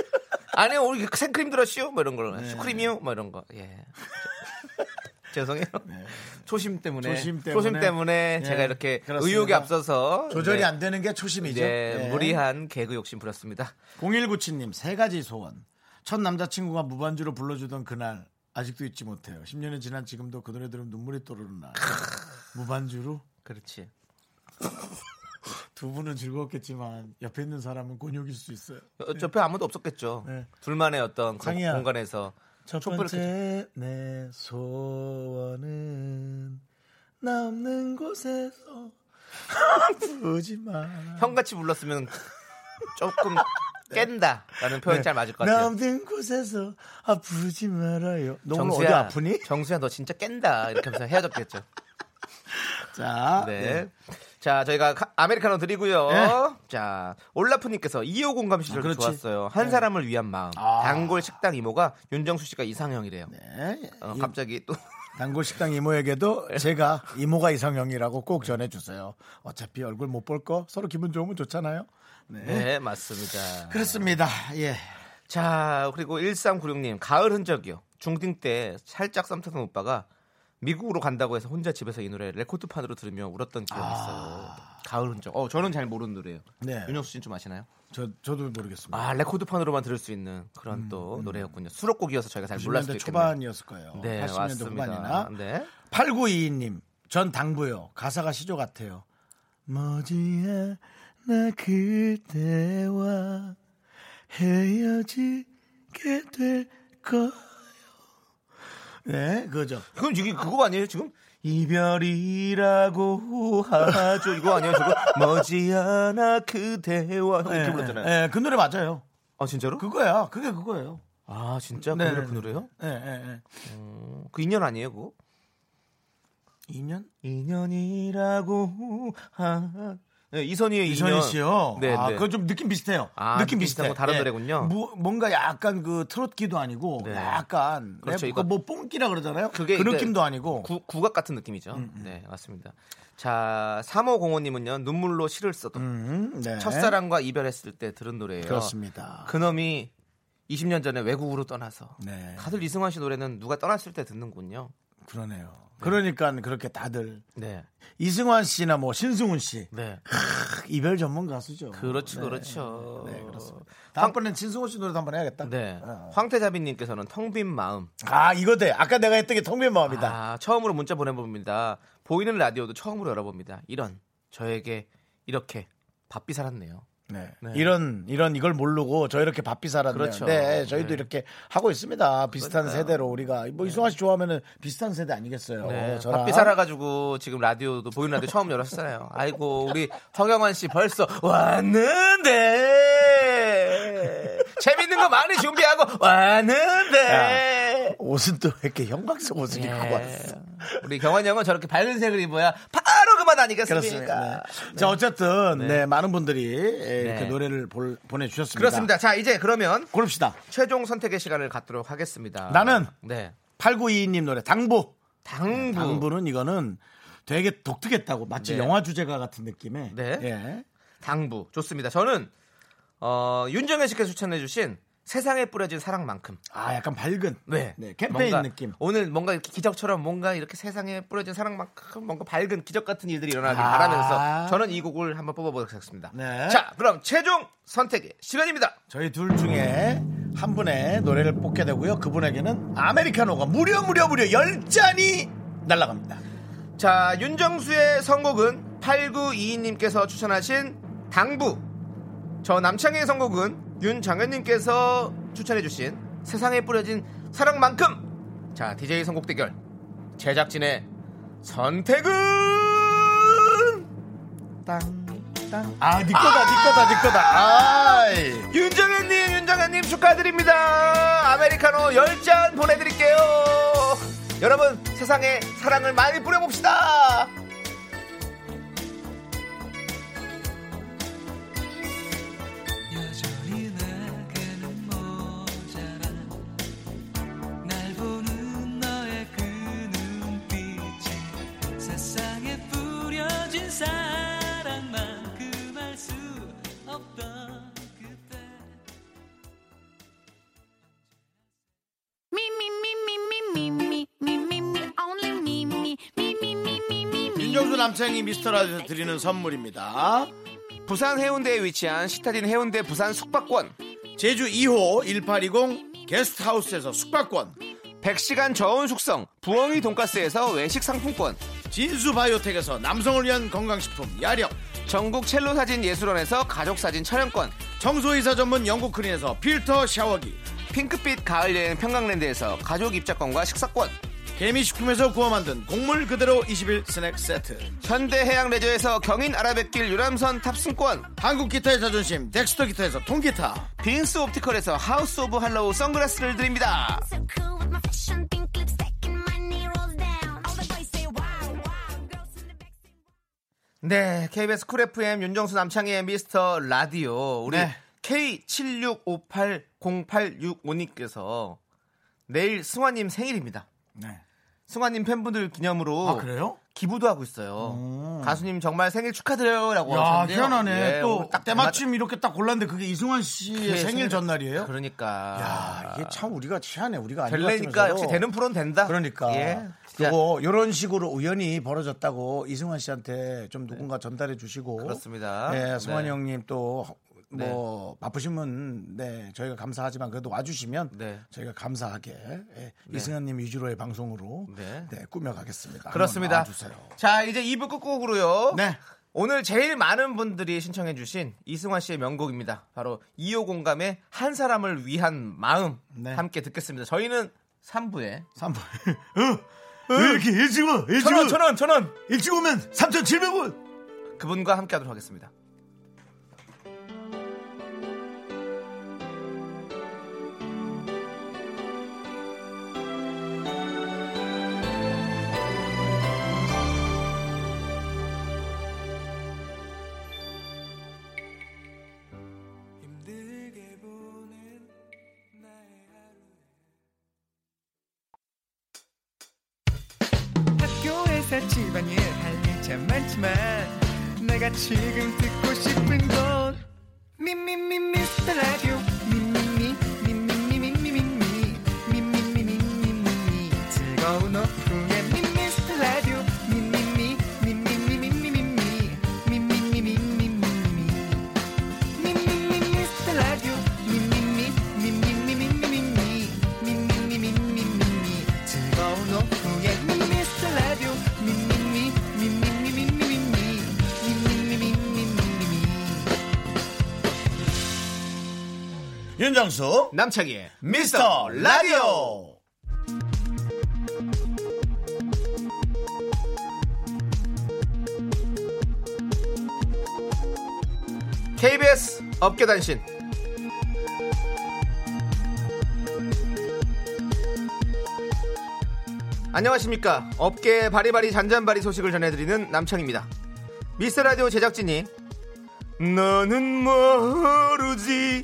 B: 아니요, 우리 그 생크림 들어슈 뭐 이런 거,
A: 네.
B: 슈크림이요 뭐 이런 거. 예. 죄송해요. 초심 때문에.
A: 네. 초심 때문에.
B: 때문에
A: 예,
B: 제가 이렇게
A: 그렇습니다.
B: 의욕이 앞서서
A: 조절이
B: 네,
A: 안 되는 게 초심이죠.
B: 네,
A: 예.
B: 무리한 개그 욕심 부렸습니다.
A: 0197님 세 가지 소원. 첫 남자친구가 무반주로 불러주던 그날 아직도 잊지 못해요. 10년이 지난 지금도 그 노래 들으면 눈물이 떠오르는 날. 무반주로
B: 그렇지.
A: 두 분은 즐거웠겠지만 옆에 있는 사람은 곤욕일 수 있어요.
B: 어, 옆에 아무도 없었겠죠.
A: 네.
B: 둘만의 어떤 그런
A: 상이야.
B: 공간에서
A: 첫
B: 촛불을
A: 번째 내 소원은 나 없는 곳에서 부르지 마.
B: 형같이 불렀으면 조금 깬다라는 표현이 잘 맞을 것
A: 네. 나
B: 같아요.
A: 없는 곳에서 아프지 말아요. 너 오늘
B: 정수야,
A: 어디 아프니?
B: 정수야 너 진짜 깬다 이렇게 하면서 헤어졌겠죠.
A: 자,
B: 네. 자 저희가 카- 아메리카노 드리고요.
A: 네.
B: 자 올라프님께서 2호 공감 시절
A: 아,
B: 도
A: 그렇지.
B: 좋았어요. 한 사람을 위한 마음.
A: 아.
B: 단골 식당 이모가 윤정수 씨가 이상형이래요.
A: 네.
B: 어,
A: 이
B: 갑자기 또
A: 단골 식당 이모에게도 제가 이모가 이상형이라고 꼭 전해주세요. 어차피 얼굴 못 볼 거 서로 기분 좋으면 좋잖아요. 네.
B: 네 맞습니다.
A: 그렇습니다. 예.
B: 자 그리고 1396님 가을 흔적이요. 중딩 때 살짝 썸타던 오빠가 미국으로 간다고 해서 혼자 집에서 이 노래 레코드판으로 들으며 울었던 기억이 있어요. 가을 흔적. 어, 저는 잘 모르는 노래예요.
A: 아. 네.
B: 윤영수 씨는 좀 아시나요?
A: 저 저도 모르겠습니다.
B: 아, 레코드판으로만 들을 수 있는 그런 또 노래였군요. 수록곡이어서 저희가 잘
A: 90년대
B: 몰랐을 수도
A: 초반이었을 음, 거예요.
B: 있겠네요.
A: 80년대 후반이나.
B: 네.
A: 8922님, 전 당부요. 가사가 시조 같아요. 머지야, 나 그대와 헤어지게 될 거요. 네, 그거죠.
B: 그럼 이게 그거 아니에요, 지금? 이별이라고 하죠. 이거 아니에요, 저거? 머지않아 그대와 이렇게
A: 네,
B: 불렀잖아요.
A: 네, 그 노래 맞아요.
B: 아, 진짜로?
A: 그거야. 그게 그거예요.
B: 아, 진짜? 그
A: 네,
B: 노래
A: 네,
B: 그 노래요?
A: 예, 예,
B: 그 인연 아니에요, 그거?
A: 예. 2년?
B: 인연이라고 하. 네, 이선희의
A: 아, 예, 이선희
B: 인연.
A: 씨요.
B: 네,
A: 아,
B: 네.
A: 그거 좀 느낌 비슷해요.
B: 아,
A: 느낌
B: 느낌
A: 비슷해.
B: 비슷하고 다른 노래군요.
A: 뭐, 뭔가 약간 그 트롯기도 아니고
B: 네.
A: 약간
B: 그렇죠,
A: 랩,
B: 이거-
A: 뭐 뽕기라 그러잖아요. 그
B: 그게 이제
A: 느낌도 아니고. 음,
B: 구, 구각 같은 느낌이죠. 네, 맞습니다. 자, 3505님은요, 눈물로 시를 써도
A: 음, 네.
B: 첫사랑과 이별했을 때 들은 노래예요.
A: 그렇습니다.
B: 그놈이 20년 전에 외국으로 떠나서
A: 네.
B: 다들 이승환 씨 노래는 누가 떠났을 때 듣는군요.
A: 그러네요. 그러니까 그렇게 다들
B: 네,
A: 이승환 씨나 뭐 신승훈 씨
B: 네,
A: 크, 이별 전문 가수죠.
B: 그렇죠,
A: 네.
B: 그렇죠.
A: 네, 그렇습니다. 다음번엔 신승훈 씨 노래도 한번 해야겠다.
B: 네,
A: 어.
B: 황태자비님께서는 텅 빈 마음.
A: 아 이거 돼. 아까 내가 했던 게 통빈 마음이다.
B: 아, 처음으로 문자 보내봅니다. 보이는 라디오도 처음으로 열어봅니다. 이런 저에게 이렇게 바삐 살았네요.
A: 네.
B: 네.
A: 이런 이런 이걸 모르고 저 이렇게 바삐 살았네요.
B: 그렇죠.
A: 네, 저희도
B: 네.
A: 이렇게 하고 있습니다. 비슷한
B: 그러니까요.
A: 세대로 우리가 뭐 이승환 씨 좋아하면은 비슷한 세대 아니겠어요.
B: 네,
A: 저랑.
B: 바삐 살아가지고 지금 라디오도 보이는 라디오 처음 열었잖아요. 아이고 우리 허경환 씨 벌써 왔는데 재밌는 거 많이 준비하고 왔는데.
A: 옷은 또 왜 이렇게 형광색 옷을 입고 왔어.
B: 예. 우리 경환 형은 저렇게 밝은색을 입어야 바로 그만
A: 그렇습니다. 네.
B: 아니겠습니까?
A: 자 어쨌든 네, 많은 분들이 예, 이렇게
B: 네.
A: 노래를 볼- 보내주셨습니다.
B: 그렇습니다. 자 이제 그러면
A: 고릅시다.
B: 최종 선택의 시간을 갖도록 하겠습니다.
A: 나는?
B: 네
A: 8922님 노래 당부.
B: 당부.
A: 네, 당부는 이거는 되게 독특했다고 마치
B: 네.
A: 영화 주제가 같은 느낌의
B: 네.
A: 예.
B: 당부 좋습니다. 저는 어, 윤정현 씨께서 추천해주신 세상에 뿌려진 사랑만큼.
A: 아 약간 밝은
B: 네.
A: 캠페인
B: 뭔가
A: 느낌.
B: 오늘 뭔가 이렇게 기적처럼 뭔가 이렇게 세상에 뿌려진 사랑만큼 뭔가 밝은 기적 같은 일들이 일어나길
A: 아.
B: 바라면서 저는 이 곡을 한번 뽑아보도록 하겠습니다.
A: 네.
B: 자, 그럼 최종 선택의 시간입니다.
A: 저희 둘 중에 한 분의 노래를 뽑게 되고요. 그분에게는 아메리카노가 무려 무려 무려 열 잔이 날라갑니다.
B: 자, 윤정수의 선곡은 8922님께서 추천하신 당부. 저 남창희의 선곡은 윤장현님께서 추천해주신 세상에 뿌려진 사랑만큼. 자, DJ 선곡 대결. 제작진의 선택은
A: 아, 니 거다, 니 거다, 니 거다. 아이.
B: 윤정현님, 윤장현님 축하드립니다. 아메리카노 10잔 보내드릴게요. 여러분, 세상에 사랑을 많이 뿌려봅시다.
D: 여전히 나에게는 모자라 날 보는 너의 그 눈빛이 세상에 뿌려진 사랑만큼 알 수 없던 그때
E: Me, me, me, me, me, me, me, me, me, me, only me, me, me, me, me, me, me, me.
A: 윤정수 남창이 미스터라에서 드리는 선물입니다.
B: 부산 해운대에 위치한 시타딘 해운대 부산 숙박권.
A: 제주 2호 1820 게스트하우스에서 숙박권
B: 100시간 저온 숙성 부엉이 돈가스에서 외식 상품권
A: 진수 바이오텍에서 남성을 위한 건강식품 야력
B: 전국 첼로 사진 예술원에서 가족 사진 촬영권
A: 청소이사 전문 영국 크린에서 필터 샤워기
B: 핑크빛 가을 여행 평강랜드에서 가족 입장권과 식사권
A: 개미식품에서 구워 만든 곡물 그대로 21 스낵 세트
B: 현대해양 레저에서 경인 아라뱃길 유람선 탑승권
A: 한국 기타의 자존심 덱스터 기타에서 통기타
B: 빈스 옵티컬에서 하우스 오브 할로우 선글라스를 드립니다
E: So cool with my fashion, pink lipstick, and my knee rolls down. All the boys say wow, wow. Girls in the backseat.
B: 네 KBS 쿨 FM 윤정수 남창희의 미스터 라디오 우리
A: 네.
B: K76580865님께서 내일 승환님 생일입니다
A: 네.
B: 승환님 팬분들 기념으로
A: 아 그래요?
B: 기부도 하고 있어요. 가수님 정말 생일 축하드려요라고
A: 야,
B: 하셨는데요.
A: 희한하네.
B: 예,
A: 또
B: 오늘
A: 딱
B: 얼마-
A: 때마침 이렇게 딱 골랐는데 그게 이승환 씨의
B: 그게
A: 생일, 전날이에요?
B: 그러니까.
A: 야, 이게 참 우리가 희한해. 우리가 아닌 것
B: 될래니까
A: 같으면서도.
B: 역시 되는 프로는 된다.
A: 그러니까
B: 예. 진짜
A: 그거 이런 식으로 우연히 벌어졌다고 이승환 씨한테 좀 누군가 전달해 주시고
B: 그렇습니다.
A: 네, 승환이
B: 네.
A: 형님 또 뭐 바쁘시면 네 저희가 감사하지만 그래도 와주시면
B: 네.
A: 저희가 감사하게 예, 이승환님 위주로의 방송으로
B: 네.
A: 네, 꾸며가겠습니다.
B: 그렇습니다.
A: 주세요
B: 자, 이제 2부 끝곡으로요.
A: 네.
B: 오늘 제일 많은 분들이 신청해주신 이승환 씨의 명곡입니다. 바로 2호 공감의 한 사람을 위한 마음
A: 네.
B: 함께 듣겠습니다. 저희는 3부에
A: 3번. 왜 이렇게 일찍 와? 일찍
B: 천원
A: 와?
B: 천원 천원
A: 일찍 오면 3,700원.
B: 그분과 함께하도록 하겠습니다.
C: 힘들게 보낸 나의 하루 학교에서 집안일 할 일 참 많지만 내가 지금 듣고 싶은 건 미미미 미스터 라디오 미미미 미미미 미미미 미미미 미미미 즐거운 오후에 미미스터 라디오 미미미 미미미 미미미 미미미 미미미
A: 윤정수
B: 남창희의
A: 미스터 라디오.
B: KBS 업계단신 안녕하십니까 업계의 바리바리 잔잔바리 소식을 전해드리는 남창입니다 미스라디오 제작진이 너는 모르지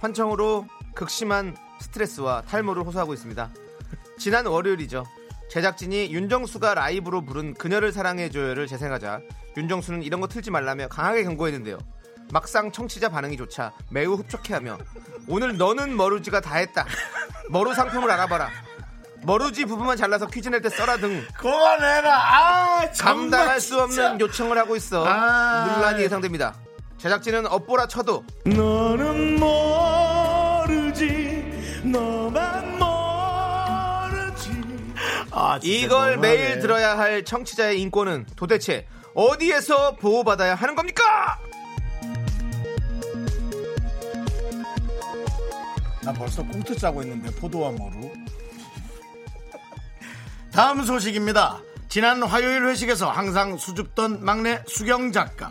B: 환청으로 극심한 스트레스와 탈모를 호소하고 있습니다 지난 월요일이죠. 제작진이 윤정수가 라이브로 부른 그녀를 사랑해줘요를 재생하자 윤정수는 이런 거 틀지 말라며 강하게 경고했는데요. 막상 청취자 반응이 좋자 매우 흡족해하며 오늘 너는 머루지가 다 했다. 머루 상품을 알아봐라. 머루지 부분만 잘라서 퀴즈 낼 때 써라 등
A: 그만해라. 아,
B: 감당할 수 없는 요청을 하고 있어
A: 아.
B: 논란이 예상됩니다. 제작진은 업보라 쳐도
A: 너는 모르지 너만 모르지 아, 진짜
B: 이걸
A: 너무하네.
B: 매일 들어야 할 청취자의 인권은 도대체 어디에서 보호받아야 하는 겁니까?
A: 나 벌써 꽁트 짜고 있는데 포도와 머루 다음 소식입니다 지난 화요일 회식에서 항상 수줍던 막내 수경 작가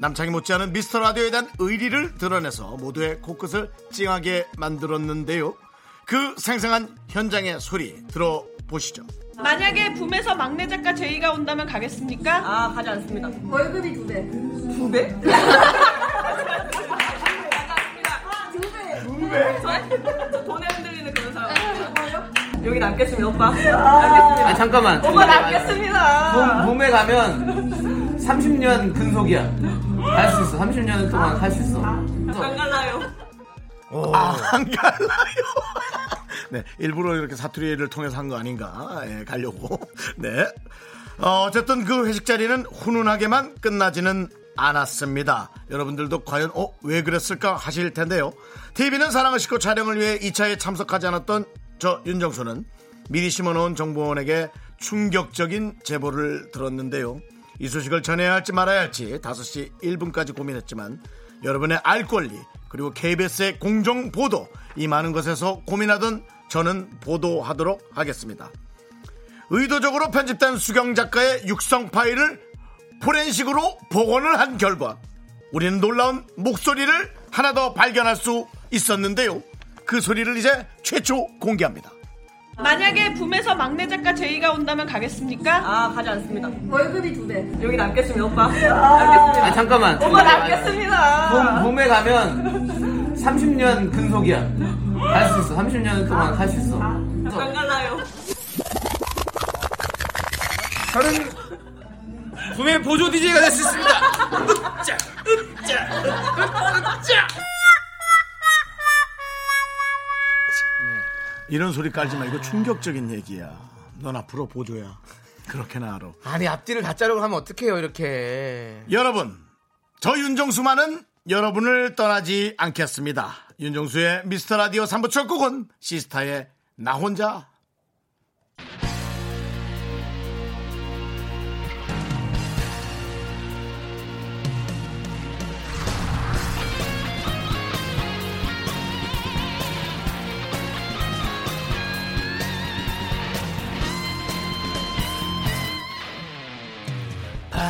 A: 남창이 못지않은 미스터 라디오에 대한 의리를 드러내서 모두의 코끝을 찡하게 만들었는데요 그 생생한 현장의 소리 들어보시죠
F: 만약에 붐에서 막내 작가 제이가 온다면 가겠습니까? 아 가지 않습니다. 월급이 두 배. 두 배? 두 배. 두 배. 저 돈에 흔들리는 그런 사람. 여기 남겠습니다 오빠. 남겠습니다.
B: 아 잠깐만.
F: 오빠 남겠습니다.
B: 봄에 가면 30년 근속이야. 할 수 있어. 30년 동안 할 수 있어.
F: 안 갈라요.
A: 안 갈라요. 네, 일부러 이렇게 사투리를 통해서 한 거 아닌가. 예, 가려고. 네. 어, 쨌든그 회식 자리는 훈훈하게만 끝나지는 않았습니다. 여러분들도 과연 어, 왜 그랬을까 하실 텐데요. TV는 사랑을 싣고 촬영을 위해 2차에 참석하지 않았던 저 윤정수는 미리 심어놓은 정보원에게 충격적인 제보를 들었는데요. 이 소식을 전해야 할지 말아야 할지 5시 1분까지 고민했지만 여러분의 알 권리 그리고 KBS의 공정 보도 이 많은 것에서 고민하던 저는 보도하도록 하겠습니다. 의도적으로 편집된 수경 작가의 육성 파일을 포렌식으로 복원을 한 결과 우리는 놀라운 목소리를 하나 더 발견할 수 있었는데요. 그 소리를 이제 최초 공개합니다.
F: 만약에 붐에서 막내 작가 제이가 온다면 가겠습니까? 아 가지 않습니다. 월급이 두 배. 여기 남겠습니다 오빠. 남겠습니다.
B: 아 잠깐만.
F: 오빠 남겠습니다.
B: 봄, 에 가면 30년 근속이야. 할 수 있어. 30년 동안 할 수 있어.
F: 안 갈라요.
B: 저는 구매 보조 DJ가 될 수 있습니다.
A: 이런 소리 깔지 마. 이거 충격적인 얘기야. 넌 앞으로 보조야. 그렇게나 알아.
B: 아니 앞뒤를 다 자르고 하면 어떡해요 이렇게.
A: 여러분, 저 윤정수만은 여러분을 떠나지 않겠습니다. 윤정수의 미스터 라디오 3부 첫 곡은 시스타의 나 혼자.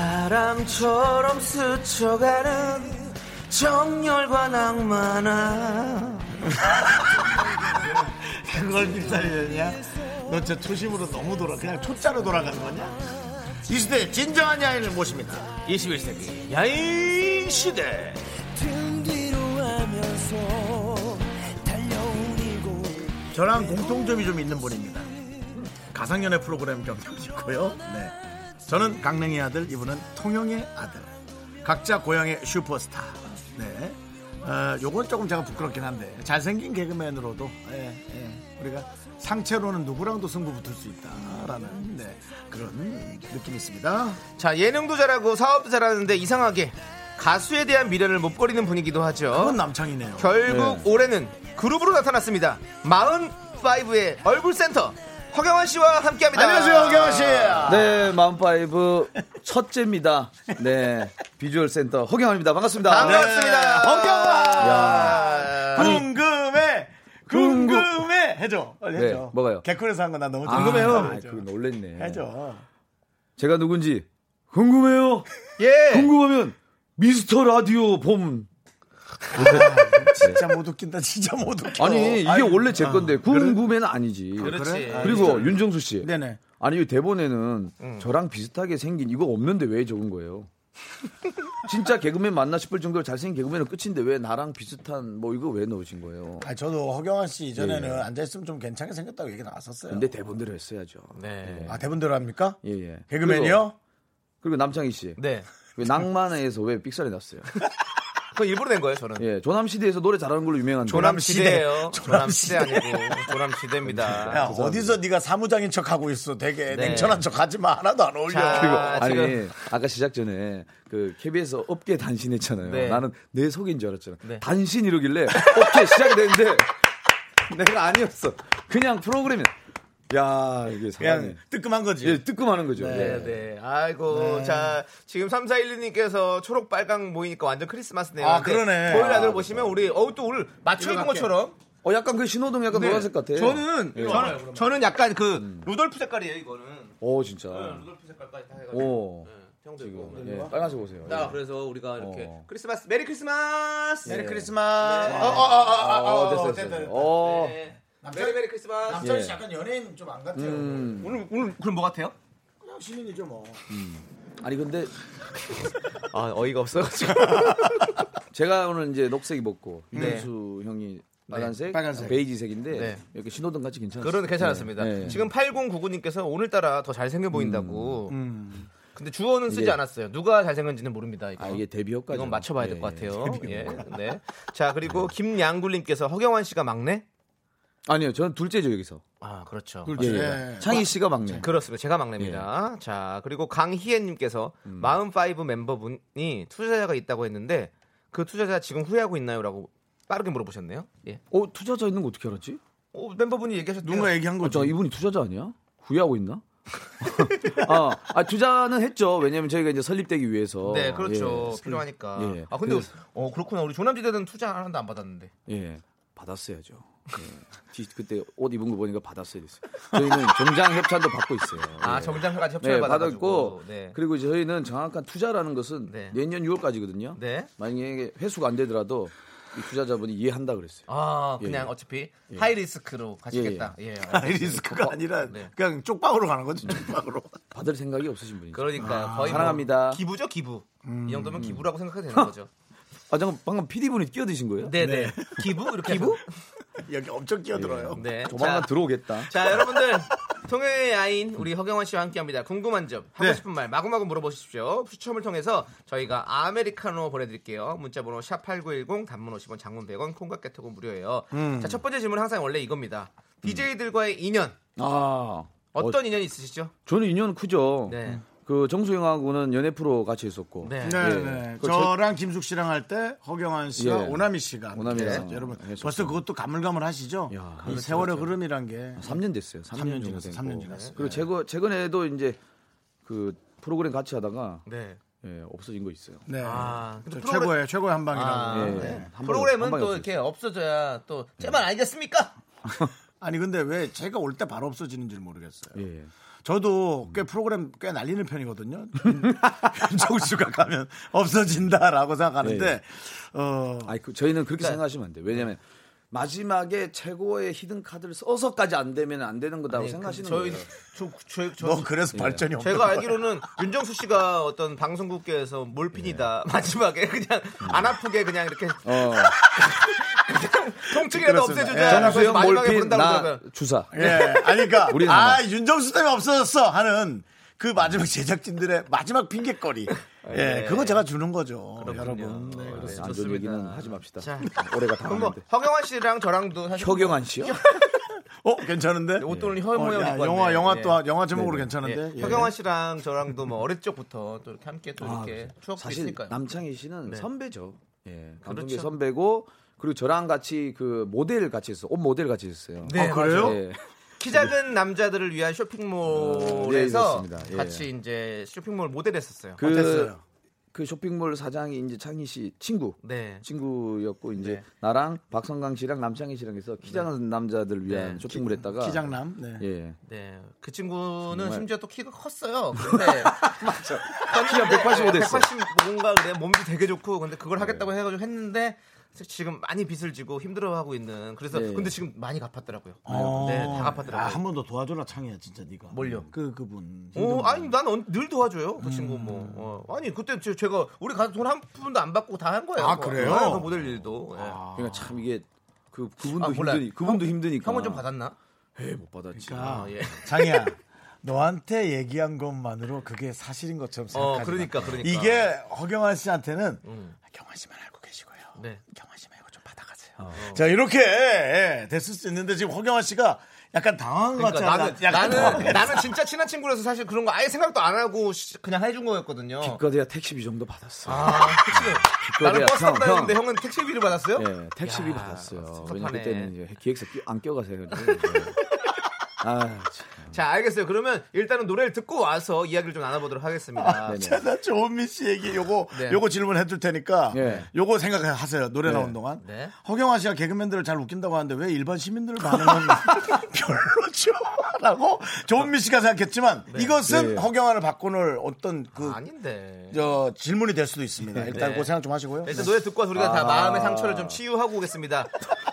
B: 바람처럼 스쳐가는 정열과 낭만아
A: 그걸 밉살이냐? 너 진짜 초심으로 너무 돌아. 그냥 초짜로 돌아가는 거냐? 이 시대 진정한 야인을 모십니다.
B: 21세기 야인 시대
A: 저랑 공통점이 좀 있는 분입니다. 가상연애 프로그램 경력이고요. 네. 저는 강릉의 아들, 이분은 통영의 아들. 각자 고향의 슈퍼스타. 네. 어, 요건 조금 제가 부끄럽긴 한데 잘생긴 개그맨으로도 예, 예. 우리가 상체로는 누구랑도 승부 붙을 수 있다라는 네, 그런 느낌이 있습니다.
B: 자 예능도 잘하고 사업도 잘하는데 이상하게 가수에 대한 미래를 못 버리는 분이기도 하죠
A: 그건 남창이네요.
B: 결국 올해는 그룹으로 나타났습니다 45의 얼굴센터 허경환 씨와 함께합니다
A: 안녕하세요, 경아 씨.
G: 네, 마운파이브 첫째입니다. 네, 비주얼 센터 허경환입니다. 반갑습니다.
A: 아, 네.
B: 반갑습니다
G: 야.
B: 허경환
A: 궁금해, 궁금해 해줘, 빨리
G: 네,
A: 해줘.
G: 뭐가요?
A: 개콘에서 한 거 나 너무
G: 아,
A: 궁금해요.
G: 아,
A: 해줘.
G: 그 놀랬네.
A: 해줘.
G: 제가 누군지 궁금해요.
B: 예
G: 궁금하면 미스터 라디오 봄.
A: 진짜 못 웃긴다. 진짜 못 웃겨.
G: 아, 아니 이게 원래 제 건데 궁금해는 아니지.
B: 그렇지
A: 그래?
G: 리고 윤정수 씨.
A: 네네.
G: 아니 이 대본에는 저랑 비슷하게 생긴 이거 없는데 왜 적은 거예요? 진짜 개그맨 만나 싶을 정도로 잘생긴 개그맨은 끝인데 왜 나랑 비슷한 뭐 이거 왜 넣으신 거예요?
A: 아 저도 허경환 씨 이전에는 앉아있으면 좀 괜찮게 생겼다고 얘기 나왔었어요.
G: 네. 근데 대본대로 했어야죠.
B: 네.
A: 아 대본대로 합니까?
G: 예, 예. 그리고,
A: 개그맨이요?
G: 그리고 남창희 씨.
B: 네.
G: 왜 낭만에서 왜 삑살이 났어요?
B: 그거 일부러 낸 거예요 저는
G: 예, 조남시대에서 노래 잘하는 걸로 유명한데.
B: 조남시대예요 조남시대 아니고 조남시대입니다
A: 야 어디서 네가 사무장인 척 하고 있어. 되게
B: 네.
A: 냉철한 척 하지 마. 하나도 안 어울려.
B: 자,
G: 그리고
B: 아,
G: 아, 니
B: 지금-
G: 아까 시작 전에 그 KBS 업계 단신했잖아요.
B: 네.
G: 나는 내 속인 줄 알았잖아.
B: 네.
G: 단신 이러길래 업계 시작이 됐는데 내가 아니었어. 그냥 프로그램이. 야 이게
A: 그냥
G: 사람이.
A: 뜨끔한 거지.
G: 예, 뜨끔하는 거죠.
B: 네, 네. 아이고, 자, 지금 3412님께서 초록 빨강 모이니까 완전 크리스마스네요.
A: 아,
B: 근데
A: 그러네.
B: 보일
A: 아,
B: 아들 보시면 우리, 어우, 또 오늘 맞춰 입은 것처럼.
G: 어 약간 그 신호등 약간 노란색 같아.
B: 네.
G: 예.
B: 저는, 저는, 저는 약간 그,
G: 음.
B: 루돌프 색깔이에요, 이거는.
G: 오 어, 진짜.
B: 루돌프 색깔까지 다 해가지고.
G: 오.
B: 형도 이거.
G: 예, 빨간색 보세요.
B: 자, 그래서 우리가 이렇게
G: 어.
B: 크리스마스, 메리 크리스마스!
A: 메리
B: 메리
A: 크리스마스. 어, 어, 어,
G: 어,
A: 어, 어, 어,
G: 됐어요,
A: 됐다,
G: 됐어요.
A: 됐다.
G: 어.
B: 네. 메리 메리 크리스마스.
A: 남철
G: 예.
A: 씨 약간 연예인 좀 안 같아요.
G: 음.
B: 오늘, 오늘, 그럼 뭐 같아요?
A: 그냥 시민이죠 뭐.
G: 아니 근데
B: 아, 어이가 없어가지고.
G: 제가 오늘 이제 녹색 입었고
B: 네.
G: 윤수 형이 빨간색,
A: 빨간색.
G: 베이지색인데
B: 네.
G: 이렇게 신호등 같이 괜찮았어요.
B: 그런, 괜찮았습니다.
G: 네. 네.
B: 지금 8099님께서 오늘따라 더 잘생겨 보인다고.
A: 음.
B: 근데 주어는 쓰지
G: 이게-
B: 않았어요. 누가 잘생겼는지는 모릅니다. 이거.
G: 아 이게 데뷔 효과죠.
B: 이건 맞춰봐야
G: 예,
B: 될 것
G: 예.
B: 같아요. 예, 네. 자 그리고 김양굴님께서 허경환 씨가 막내?
G: 아니요, 저는 둘째죠 여기서.
B: 아 그렇죠.
G: 예,
A: 둘째.
G: 예. 창희 씨가 막내.
B: 그렇습니다. 제가 막내입니다.
G: 예.
B: 자 그리고 강희애님께서
G: 음.
B: 마흔파이브 멤버분이 투자자가 있다고 했는데 그 투자자 지금 후회하고 있나요?라고 빠르게 물어보셨네요. 예.
G: 어 투자자 있는 거 어떻게 알았지?
B: 오, 멤버분이 얘기하셨대요.
A: 누가 얘기한
G: 어,
A: 거죠?
G: 저 이분이 투자자 아니야? 후회하고 있나? 아, 아, 투자는 했죠. 왜냐면 저희가 이제 설립되기 위해서.
B: 네, 그렇죠.
G: 예,
B: 필요하니까.
G: 예.
B: 아 근데
G: 그래서-
B: 어 그렇구나. 우리 조남지대는 투자 하나도 안 받았는데.
G: 예, 받았어야죠. 예. 뒤- 그때 옷 입은 거 보니까 받았어야 됐어요. 저희는 정장 협찬도 받고 있어요.
B: 아
G: 예.
B: 정장까지 협찬을
G: 네,
B: 받아가지고.
G: 받았고
B: 네.
G: 그리고 이제 저희는 정확한 투자라는 것은
B: 네.
G: 내년 6월까지거든요.
B: 네.
G: 만약에 회수가 안 되더라도 이 투자자분이 이해한다 그랬어요.
B: 아 그냥
G: 예, 예.
B: 어차피 하이 리스크로 가시겠다. 예.
A: 아니, 리스크가 아니라
B: 네.
A: 그냥 쪽방으로 가는 거지 쪽방으로.
G: 받을 생각이 없으신 분이죠.
B: 그러니까 거의 뭐
G: 사랑합니다.
B: 기부죠 기부.
A: 음.
B: 이 정도면 기부라고 생각해도 되는 거죠.
G: 아 잠깐 방금 PD 분이 끼어드신 거예요?
B: 네네. 기부 이렇게 기부?
A: 여기 엄청 끼어들어요.
B: 네.
G: 조만간
B: 자,
G: 들어오겠다.
B: 자 여러분들 통영의 야인 우리 허경환 씨와 함께합니다. 궁금한 점 하고
A: 네.
B: 싶은 말 마구마구 물어보십시오. 추첨을 통해서 저희가 아메리카노 보내드릴게요. 문자번호 샵 #8910 단문 50원, 장문 100원, 콩깍개톡은 무료예요.
G: 음.
B: 자 첫 번째 질문 은 항상 원래 이겁니다. DJ들과의 인연
G: 아
B: 어떤 인연 이 있으시죠?
G: 저는 인연 크죠.
B: 네.
G: 그 정수영하고는 연애 프로 같이 했었고.
B: 네.
A: 네,
G: 예.
A: 네.
G: 그
A: 저랑 김숙 씨랑 할 때 허경환 씨와
G: 예.
A: 오나미 씨가 그렇죠, 함께
G: 오나미랑
A: 했었죠. 여러분
G: 했었죠.
A: 벌써 그것도 가물가물하시죠.
G: 야,
A: 이 세월의 흐름이란 게
G: 3년 됐어요. 3년,
A: 3년
G: 정도
A: 지났어요.
G: 됐고.
A: 3년 지났어요. 네.
G: 그리고 최근 최근에도 이제 그 프로그램 같이 하다가
B: 네.
G: 예, 없어진 거 있어요.
A: 네.
B: 아,
A: 저
B: 프로그램-
A: 최고의 최고의 한 방이라고.
B: 아,
G: 예,
B: 네.
G: 한 방에-
B: 프로그램은
G: 한 방에
B: 또
G: 없어졌어요. 네.
B: 이렇게 없어져야 또 제발 아니겠습니까?
A: 아니 근데 왜 제가 올 때 바로 없어지는지 모르겠어요.
G: 예, 예.
A: 네. 저도 꽤 프로그램 꽤 날리는 편이거든요. 음. 윤정수 씨가 가면 없어진다라고 생각하는데 어 네.
G: 아니 그 저희는 그렇게 생각하시면 안 돼요. 왜냐면 마지막에 최고의 히든 카드를 써서까지 안 되면 안 되는 거다고 생각하시는
B: 네, 그 저희
G: 거예요. 뭐 예.
B: 저, 저, 저,
A: 너 그래서 그 발전이 없는
B: 제가
A: 거야.
B: 알기로는 윤정수 씨가 어떤 방송국계에서 몰핀이다 마지막에 그냥 안 아프게 그냥 이렇게
G: 예. 어,
B: 통증이라도
A: 그렇습니다.
B: 없애주자.
A: 예.
B: 그래서
G: 정수영
B: 마지막에
G: 몰핀
B: 부른다고
G: 나
B: 그러면
G: 주사.
A: 예, 아니 그러니까
G: 우리는
A: 아
G: 하나.
A: 윤정수 때문에 없어졌어 하는 그 마지막 제작진들의 마지막 핑계거리. 예, 그거 제가 주는 거죠, 여러분. 네, 그렇습니다.
G: 네, 안 좋은 얘기는 하지 맙시다.
B: 자.
G: 올해가 다
B: 그럼 뭐
G: 왔는데.
B: 허경환 씨랑 저랑도 사실
G: 효경환 씨요?
A: 어, 괜찮은데?
B: 옷도는 혀
A: 어,
B: 모양
A: 야, 영화
B: 예.
A: 영화 또
B: 네,
A: 영화 제목으로 괜찮은데. 예.
B: 허경환 씨랑 저랑도 뭐 어릴 적부터 또 이렇게 함께 또 이렇게 추억도
G: 아, 사실
B: 있으니까요. 네.
G: 남창희 씨는 선배죠. 예, 감독의
B: 그렇죠.
G: 선배고 그리고 저랑 같이 그 모델 같이 했어. 옷 모델 같이 했어요.
B: 네,
A: 아, 그래요?
G: 예.
B: 키 작은 남자들을 위한
G: 예,
B: 쇼핑몰에서
G: 그렇습니다. 예.
B: 같이 이제 쇼핑몰 모델했었어요.
G: 그,
A: 어땠어요?
G: 그 쇼핑몰 사장이 이제 창희 씨 친구.
B: 네.
G: 친구였고 이제
B: 네.
G: 나랑 박성강 씨랑 남창희 씨랑 해서 키 작은 남자들 위한
B: 네.
G: 쇼핑몰 했다가
A: 기장남. 네.
G: 예.
B: 네, 그 친구는
G: 정말.
B: 심지어 또 키가 컸어요. 근데 맞아. 키가
G: 185 됐어. 네.
B: 185인가 그래 몸도 되게 좋고 근데 그걸 하겠다고 해가지고 했는데 지금 많이 빚을 지고 힘들어하고 있는. 그래서
G: 네.
B: 근데 지금 많이 갚았더라고요.
A: 어.
B: 네, 다
A: 아,
B: 갚았더라고요. 음,
A: 한 번 더 도와줘라 창이야 진짜 네가.
B: 뭘요?
A: 그 그분.
B: 어, 아니 난 늘 도와줘요 그 친구
G: 음.
B: 뭐 어, 아니 그때 제- 제가 우리 가서 돈 한 푼도 안 받고 다 한 거예요
A: 아, 그래요?
B: 어, 그 모델 일도 예.
G: 그러니까 참 이게 그 그분도
B: 아, 몰라요.
G: 힘드니 그분도 힘드니까
B: 형은 좀 받았나?
G: 에이, 못 받았지.
A: 아,
B: 아, 예.
A: 장이야. 너한테 얘기한 것만으로 그게 사실인 것처럼 생각하지.
B: 어 그러니까
A: 마.
B: 그러니까
A: 이게 허경환 씨한테는
B: 음.
A: 아, 경환 씨만 알고 계시고요.
B: 네.
A: 경환 씨 말고 좀 받아가세요.
B: 어.
A: 자 이렇게 예, 됐을 수 있는데 지금 허경환 씨가 약간 당황한 것 어.
B: 그러니까
A: 같잖아.
B: 나는 나는 나는 진짜 친한 친구라서 사실 그런 거 아예 생각도 안 하고 시- 그냥 해준 거였거든요.
G: 기껏해야 택시비 정도 받았어.
B: 아, 그치. 나는
G: 기껏해야
B: 버스 타고
G: 형,
B: 다녔는데
G: 형.
B: 형은 택시비를 받았어요?
G: 예, 택시비
B: 야,
G: 받았어요.
B: 섭섭하네.
G: 왜냐 그때는 이제 기획사 끼- 안 껴가세요. 그래서. 아, 참.
B: 자, 알겠어요. 그러면 일단은 노래를 듣고 와서 이야기를 좀 나눠보도록 하겠습니다.
G: 아, 네네.
A: 제가 조은미 씨 얘기 요거
B: 네. 예.
A: 요거 질문해 줄 테니까
G: 네.
A: 요거 생각하세요 노래 나온 동안
B: 네.
A: 허경환 씨가 개그맨들을 잘 웃긴다고 하는데 왜 일반 시민들 반응은 별로죠라고 조은미 씨가 생각했지만 이것은
G: 네.
A: 허경환을 바꿔놓을 어떤 그
B: 아닌데.
A: 저, 질문이 될 수도 있습니다 일단
B: 네.
A: 그 생각 좀 하시고요
B: 일단 노래 듣고 와서 우리가
G: 아.
B: 다 마음의 상처를 좀 치유하고 오겠습니다.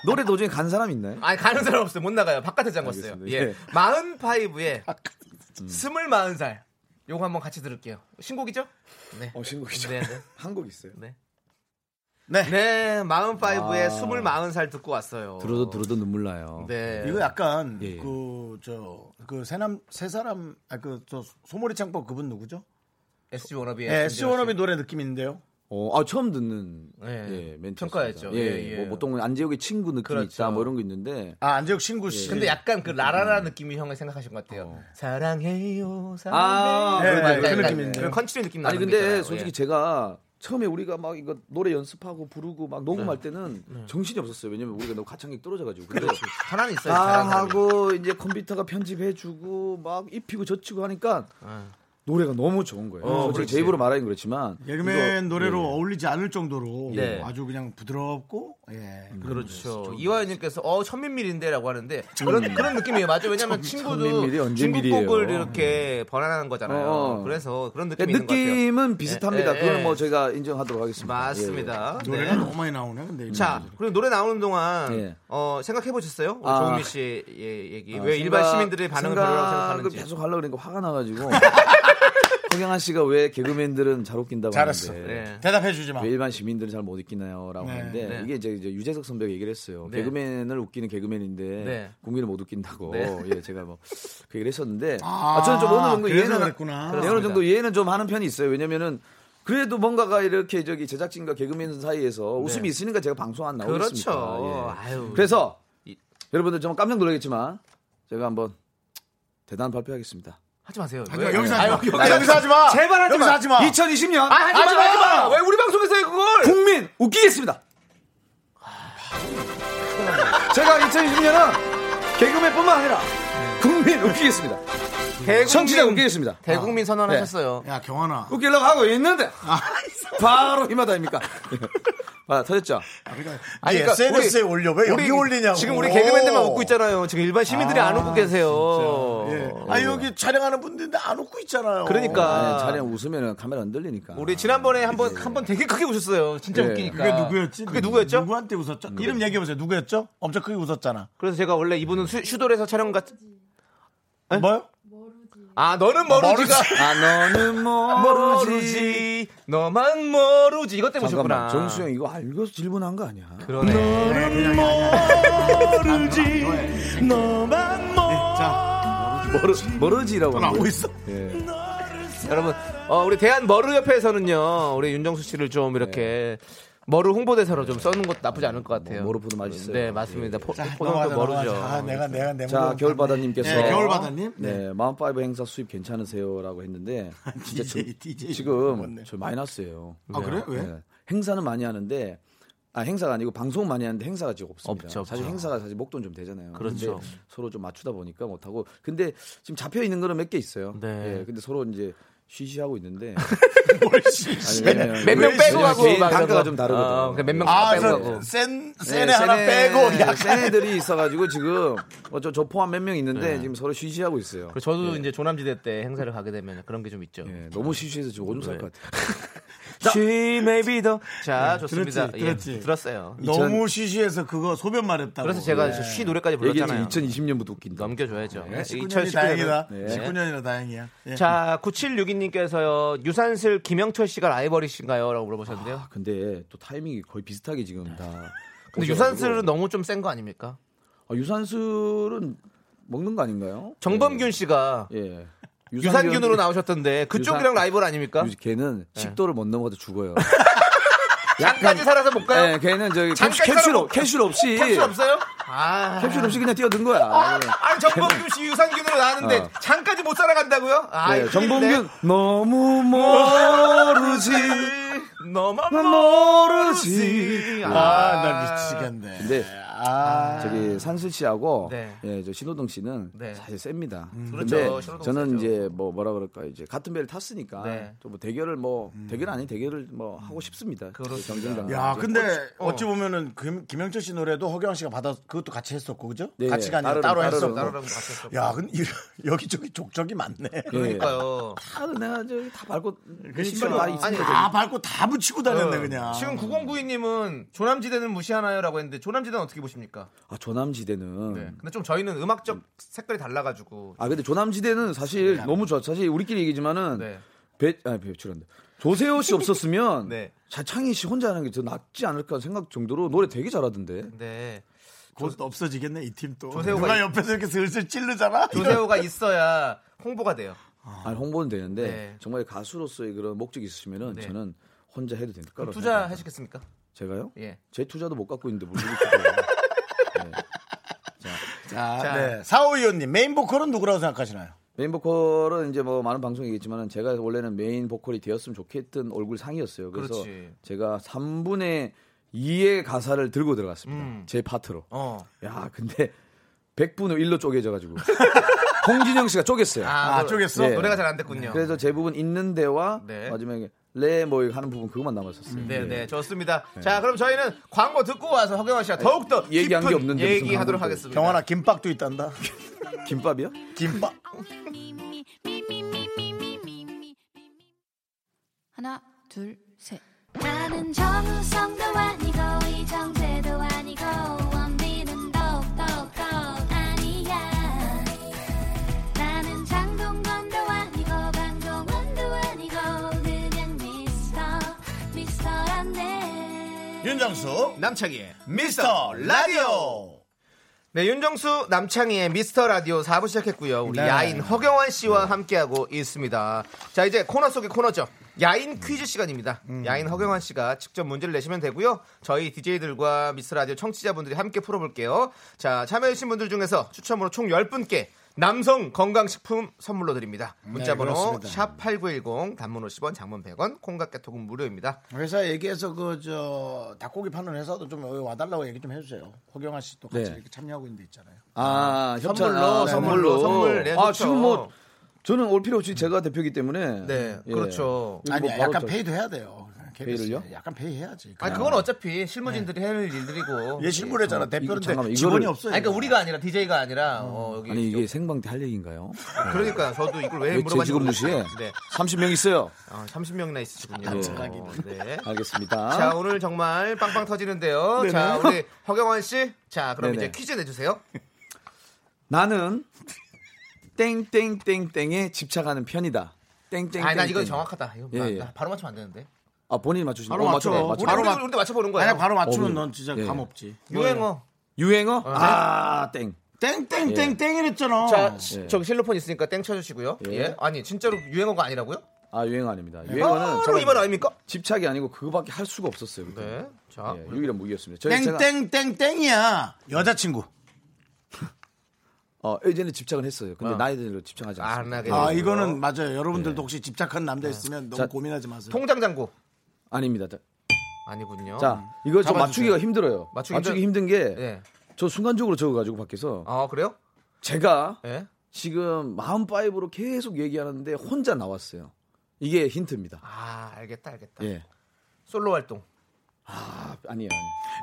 G: 노래 도중에 간 사람 있나요?
B: 아니, 가는 사람 없어요. 못 나가요. 바깥에 잠궜어요.
G: 알겠습니다.
B: 예.
G: 예.
B: 마흔파이브의 스물 마흔 살. 요거 한번 같이 들을게요. 신곡이죠? 네.
G: 어, 신곡이죠.
B: 네, 네.
G: 한곡 있어요.
B: 네.
A: 네.
B: 네, 마흔파이브의
G: 아.
B: 스물 마흔 살 듣고 왔어요.
G: 들어도 들어도 눈물 나요.
B: 네.
A: 이거 약간
G: 예.
A: 그 저 그 세남 세 사람 아 그 저 소머리 창법 그분 누구죠?
B: SG 워너비의
A: 예,
B: 김재현 씨.
A: 시원업이 노래 느낌인데요.
G: 어, 아 처음 듣는
B: 예,
G: 예, 멘트
B: 평가였죠.
G: 예,
B: 예, 예.
G: 뭐 보통 안재욱의 친구 느낌
B: 그렇죠.
G: 있다 뭐 이런 거 있는데
A: 아 안재욱 신구 씨.
B: 근데 약간 그 라라라 느낌이 형이 생각하신 것 같아요. 사랑해요, 사랑해요.
G: 아, 네,
B: 약간
A: 그
B: 약간
A: 느낌인데.
B: 그런 컨트리 느낌 나는 거
G: 아니 근데
B: 있잖아요.
G: 솔직히
B: 예.
G: 제가 처음에 우리가 막 이거 노래 연습하고 부르고 막 녹음할
B: 네.
G: 때는 정신이 없었어요. 왜냐면 우리가 너무 가창력이 떨어져가지고. 근데
B: 그렇죠. 하나는 있어요.
G: 다
B: 잘하는 사람이.
G: 하고 이제 컴퓨터가 편집해주고 막 입히고 젖히고 하니까 노래가 너무 좋은 거예요.
B: 네. 어,
G: 솔직히
B: 그렇지.
G: 제 입으로 말하긴 그렇지만
A: 개그맨
G: 이거-
A: 노래로 어울리지 않을 정도로
B: 네.
A: 아주 그냥 부드럽고 예.
G: 음.
B: 그렇죠. 이화연님께서 어 천민밀인데라고 하는데 그런 그런 느낌이에요. 맞아. 왜냐면
G: 천민밀이
B: 친구도
G: 언제
B: 중국
G: 밀이에요?
B: 곡을 이렇게 번안하는 거잖아요.
G: 어.
B: 그래서 그런 느낌이 있는 것 같아요.
G: 느낌은 비슷합니다.
B: 예, 예,
G: 그건
B: 예.
G: 뭐 제가 인정하도록 하겠습니다. 예, 예.
B: 맞습니다.
A: 노래가
B: 네.
A: 너무 많이 나오네 근데
G: 음.
A: 이거.
B: 자, 그리고 노래 나오는 동안
G: 예.
B: 어, 생각해 보셨어요?
G: 아.
B: 조은미 씨의 얘기.
G: 아,
B: 왜 일반
G: 생각-
B: 시민들의 반응을
G: 생각을 그
B: 별로라고 생각하는지.
G: 계속 하려고 그러니까 화가 나가지고 홍영아 씨가 왜 개그맨들은 잘 웃긴다고
A: 잘했어.
G: 하는데
B: 네.
A: 대답해 주지 마.
G: 왜 일반 시민들은 잘 못 웃기나요라고
A: 아. 네.
G: 하는데
B: 네.
G: 이게 이제, 이제 유재석 선배가 얘기를 했어요.
B: 네.
G: 개그맨을 웃기는 개그맨인데
B: 네.
G: 국민을 못 웃긴다고
B: 네.
G: 예 제가 뭐 그 얘기를 했었는데
A: 아,
G: 아, 저는 좀 어느 정도
A: 그래서
G: 이해는
A: 그랬구나.
G: 네, 어느 정도 이해는 좀 하는 편이 있어요. 왜냐면은 그래도 뭔가가 이렇게 저기 제작진과 개그맨 사이에서
A: 네.
G: 웃음이 있으니까 제가 방송 안 나오겠습니까?
B: 그렇죠.
G: 예.
B: 아유.
A: 그러니까
G: 그래서
B: 이-
G: 여러분들 정말 깜짝 놀라겠지만 제가 한번 대단 발표하겠습니다.
B: 하지 마세요.
A: 하지 마,
B: 왜?
A: 여기서
B: 아유,
A: 하지 마.
B: 나
A: 여기서, 하지 마.
G: 제발 하지
A: 여기서
G: 마.
A: 하지 마.
G: 2020년
B: 아, 하지 마, 하지 마. 왜 우리 방송에서 해, 그걸?
G: 국민 웃기겠습니다. 제가 2020년은 개그맨뿐만 아니라 국민 웃기겠습니다.
B: 대국민- 음,
G: 청취자 웃기겠습니다.
B: 대국민 선언하셨어요.
A: 야 경환아.
G: 웃기려고 하고 있는데
A: 아,
G: 바로 이마다입니까? 아 터졌죠.
A: 그러니까
B: 아니, 그러니까
A: SNS에
B: 우리-
A: 올려 왜 여기 올리냐고.
B: 지금 우리 개그맨들만
A: 잖
B: 웃고 있잖아요. 지금 일반 시민들이 안 웃고 계세요.
A: 아 예. 아니, 여기 촬영하는 분들인데 안 웃고 있잖아요.
B: 그러니까
G: 아, 자네 웃으면 카메라 안 들리니까.
B: 우리 지난번에 한 번 한 번 되게 크게 웃었어요. 진짜
G: 예.
B: 웃기니까.
A: 그게 누구였지?
B: 그게 누구였죠?
A: 누구한테 웃었죠? 이름 얘기해 보세요. 누구였죠? 엄청 크게 웃었잖아.
B: 그래서 제가 원래 이분은 수- 슈돌에서 촬영 같.
A: 뭐요?
B: 아 너는 모르지가.
G: 아 너는 모르지.
B: 모르지. 너만 모르지. 이것 때문에
G: 잠깐만
B: 오셨구나.
G: 전수영 이거 알고 질문한 거 아니야?
B: 그러네.
G: 모르 모르지라고. 하는
A: 나오고
G: 거예요.
A: 예, 뭐 있어.
B: 여러분, 어, 우리 대한 머루 협회에서는요. 우리 윤정수 씨를 좀 이렇게 머루 홍보대사로 좀 써는 것도 나쁘지 않을 것 같아요.
G: 네. 뭐, 머루푸드 맛있어요. 예.
B: 네, 맞습니다. 포,
A: 자,
B: 포동도
A: 넘어가자,
B: 머루죠.
A: 넘어가자. 아, 내가 내가 내
G: 자
A: 몸으로
G: 겨울바다님께서
A: 네, 겨울바다님.
G: 네, 마운파이브 행사 수입 괜찮으세요라고 했는데 진짜
A: DJ, DJ.
G: 지금 저 마이너스예요.
A: 아, 그래요?
G: 네.
A: 왜?
G: 행사는 많이 하는데 아 행사가 아니고 방송 많이 하는데 행사가 지금 없습니다.
B: 없죠, 없죠.
G: 사실 행사가 사실 목돈 좀 되잖아요.
B: 그렇죠.
G: 근데 서로 좀 맞추다 보니까 못 하고 근데 지금 잡혀 있는 거는 몇 개 있어요.
B: 네.
G: 예, 근데 서로 이제 쉬쉬하고 있는데
B: 네. 몇 명 빼고 가고
G: 개인
B: 막
G: 단가가
B: 이러고.
G: 좀 네, 다르거든.
B: 어, 그냥 몇명
A: 아,
B: 빼고 가고. 네,
A: 저 센, 센에 하나 빼고 약간
G: 센 애들이 있어가지고 지금 어, 저, 저 포함 몇 명
B: 네.
G: 있는데 지금 서로 쉬쉬하고 있어요.
B: 그리고 저도 이제 조남지대 때 행사를 가게 되면 그런 게 좀 있죠.
G: 예, 너무 시시해서 지금 오줌 쌀 것 같아요.
B: She may be the.
G: 네,
B: 자, 좋습니다.
A: 들었지,
B: 예,
A: 들었지.
B: 들었어요.
A: 너무 시시해서 그거 소변 말했다고.
B: 그래서 제가 이제 쉬 노래까지 불렀잖아요.
G: 뭐, 네. 얘기했지 2020년부터 웃긴다.
B: 넘겨줘야죠.
A: 네. 19년이
B: 2019년은-
A: 다행이다.
G: 네.
A: 19년이라 다행이야. 예.
G: 음.
B: 자, 9762님께서요. 유산슬 김영철 씨가 라이벌이 씨인가요? 라고 물어보셨는데요.
G: 아, 근데 또 타이밍이 거의 비슷하게 지금 다.
B: 근데
G: 오셔가지고.
B: 유산슬은 너무 좀 센 거 아닙니까?
G: 아, 유산슬은 먹는 거 아닌가요?
B: 정범균 씨가
G: 예. 예.
B: 유산균으로 나오셨던데 그쪽이랑
G: 유산-
B: 라이벌 아닙니까?
G: 유산- 걔는 10도를 못 넘어가도 죽어요.
B: 잠까지 살아서 못 가요?
G: 예, 걔는 저기
B: 잠깐
G: 캡슐, 캡슐,
B: 깔아놓고-
G: 없- 캡슐 없이
B: 캡슐 없어요? 아.
G: 캡슐 없이 그냥 뛰어든 거야. 예.
B: 아, 정범균 씨 유산균으로 나왔는데
G: 어.
B: 잠까지 못 살아간다고요? 아,
G: 예,
B: 이거
G: 정범균
B: 큰일인데.
G: 너무 모르지 네.
B: 너만
G: 난 모르지.
B: 아,
A: 아, 나 미치겠네.
G: 근데
A: 아,
G: 저기 산슬 씨하고
B: 네.
G: 예, 저 신호등 씨는
B: 네.
G: 사실 셉니다.
A: 음.
G: 근데
B: 그렇죠. 신호등
G: 저는
B: 세죠.
G: 이제 뭐 뭐라 그럴까 이제 같은 배를 탔으니까
B: 네.
G: 또뭐 대결을 뭐 대결 아닌 대결을 뭐 하고 싶습니다.
B: 그렇습니다.
G: 경쟁장.
A: 음. 야,
G: 이제
A: 근데 어찌 보면은 김, 김영철 씨 노래도 허경 씨가 받아 그것도 같이 했었고 그죠?
G: 네,
A: 같이가 아니라
G: 따로는,
A: 따로
G: 따로는.
A: 했었고.
B: 나라랑 같이 했
A: 야, 근데 이- 여기저기 족적이 많네.
G: 예.
B: 그러니까요.
G: 다 내가 저기 다 밟고 신발이
B: 그렇죠.
G: 많이
B: 아니,
G: 있습니다.
A: 다 밟고 다 붙이고
G: 어,
A: 다녔네 그냥.
B: 어. 지금 9092님은 조남지대는 무시하나요라고 했는데 조남지대는 어떻게 보십니까?
G: 아,
A: 음.
G: 조남지대는
B: 네. 근데 좀 저희는 음악적 색깔이 달라가지고
G: 아 근데 조남지대는 사실 너무 좋았 사실 우리끼리
A: 음.
G: 얘기지만은
B: 네.
G: 배, 아니 배출한데 조세호 씨
A: 음.
G: 없었으면
B: 네.
G: 자창희 씨 혼자 하는 게 더 낫지 않을까 생각 정도로 노래 되게 잘하던데.
B: 네.
A: 곧 없어지겠네 이 팀 또.
B: 조세호가
A: 누가
B: 이-
A: 옆에서 이렇게 슬슬 찌르잖아.
B: 조세호가 있어야 홍보가 돼요.
G: 아니 홍보는 되는데
B: 네.
G: 정말 가수로서의 그런 목적이 있으시면은
B: 네.
G: 저는 혼자 해도 될 거라고 생각합니다.
B: 투자하시겠습니까?
G: 제가요?
B: 예.
G: 제 투자도 못 갖고 있는데 모르겠어요. 네.
A: 자,
B: 자.
A: 네. 사오이호님 메인 보컬은 누구라고 생각하시나요?
G: 메인 보컬은 이제 뭐 많은 방송에 얘기했지만 제가 원래는 메인 보컬이 되었으면 좋겠던 얼굴 상이었어요. 그래서
B: 그렇지.
G: 제가 3분의 2의 가사를 들고 들어갔습니다. 제 파트로.
B: 어.
G: 야, 근데 100분의 1로 쪼개져가지고 홍진영 씨가 쪼갰어요.
B: 아,
A: 아, 쪼갰어?
G: 네.
B: 노래가 잘 안 됐군요.
G: 그래서 제 부분 있는데와
B: 네.
G: 마지막에 레뭐 하는 부분 그것만
A: 음.
G: 남았었어요.
B: 네,
A: 예.
B: 네, 좋습니다. 자, 그럼 저희는 광고 듣고 와서 허경환 씨와 더욱더
G: 아니, 얘기한
B: 깊은
G: 게 없는데 무슨
B: 얘기하도록
G: 광고를.
B: 하겠습니다.
A: 경환아 김밥도 있단다.
G: 김밥이요?
A: 김밥.
E: 하나, 둘, 셋.
H: 나는 정우성도 아니고 이정재도 아니고 원빈은 더욱더 아니야 나는 장동건도 아니고 강동원도 아니고
I: 윤정수
B: 남창희의
I: 미스터 라디오
B: 네, 윤정수 남창희의 미스터 라디오 4부 시작했고요. 우리
I: 네.
B: 야인 허경환 씨와 함께하고 있습니다. 자, 이제 코너 속의 코너죠. 야인 퀴즈 시간입니다.
A: 음.
B: 야인 허경환 씨가 직접 문제를 내시면 되고요. 저희 DJ들과 미스터 라디오 청취자분들이 함께 풀어볼게요. 자, 참여해주신 분들 중에서 추첨으로 총 10분께 남성 건강식품 선물로 드립니다. 문자번호
A: 음. 네, 그렇습니다.
B: 샵8910 단문 50원 장문 100원 콩깍개톡은 무료입니다.
A: 회사 얘기해서 그 저 닭고기 파는 회사도 좀 여기 와달라고 얘기 좀 해주세요. 허경아 씨도 같이
G: 네.
A: 이렇게 참여하고 있는 데 있잖아요.
G: 아, 협찬.
A: 선물로,
G: 아,
A: 선물로, 선물. 네,
G: 아,
A: 그렇죠.
G: 지금 뭐 저는 올 필요 없이 제가 대표이기 때문에. 예.
B: 네, 그렇죠.
G: 이거
A: 아니
G: 뭐 바로
A: 약간
G: 저-
A: 페이도 해야 돼요. KBS.
G: 페이를요?
A: 약간 페이 해야지.
B: 아니 그건 어차피 실무진들이 해야 할 일들이고
A: 얘 실물했잖아.
B: 어,
A: 대표인데
B: 이거
G: 잠깐만,
A: 직원이
G: 이거를-
A: 없어요. 음.
B: 아니, 그러니까 우리가 아니라 DJ가 아니라 어, 여기
G: 아니 이게 생방 때 할 얘기인가요?
B: 그러니까 저도 이걸 왜
G: 왜 제
B: 물어봤는지
G: 직업 무시해?
B: 모르겠어요. 네.
G: 30명 있어요.
B: 아, 30명이나 있으시군요.
G: 아,
B: 어, 네.
G: 알겠습니다.
B: 자, 오늘 정말 빵빵 터지는데요.
G: 네네.
B: 자, 우리 허경환 씨. 자, 그럼
G: 네네.
B: 이제 퀴즈 내 주세요.
G: 나는 땡땡땡땡에 집착하는 편이다. 땡땡.
B: 아니, 나 이건 정확하다. 이거
G: 예, 예.
B: 나 바로 맞추면 안 되는데.
G: 아 본인이 맞추시면
B: 바로 맞춰. 우리 바로 맞... 우리도 맞춰 보는 거야.
A: 아니 바로 맞추면 넌 진짜 감 없지.
B: 유행어.
G: 유행어?
B: 아,
G: 땡.
A: 땡땡땡땡 이랬잖아.
B: 자,
G: 예.
B: 저기 실로폰 있으니까 땡 쳐주시고요. 예. 아니, 진짜로 유행어가 아니라고요?
G: 아 유행 아닙니다.
B: 네.
G: 유행어는
B: 바로
G: 잠깐만요.
B: 이번 아닙니까?
G: 집착이 아니고 그거밖에 할 수가 없었어요. 네.
B: 자,
G: 예, 유일한 무기였습니다. 저희 제가-
A: 땡땡땡땡이야. 여자친구.
G: 어 예전에 집착은 했어요. 근데
A: 어.
G: 나이 들로 집착하지 않습니다.
A: 아 이거는 맞아요. 여러분들도 혹시 집착한 남자 있으면 너무
G: 자,
A: 고민하지 마세요.
B: 통장 잔고.
G: 아닙니다. 자,
B: 아니군요.
G: 자, 이거 좀 맞추기가 힘들어요.
B: 어. 맞추기
G: 맞추기, 힘든 게 저
B: 예.
G: 순간적으로 적어 가지고 밖에서
B: 아 그래요?
G: 제가
B: 예.
G: 지금 마음 파이브로 계속 얘기하는데 혼자 나왔어요. 이게 힌트입니다.
B: 아, 알겠다, 알겠다.
G: 예.
B: 솔로 활동.
G: 아, 아니에요.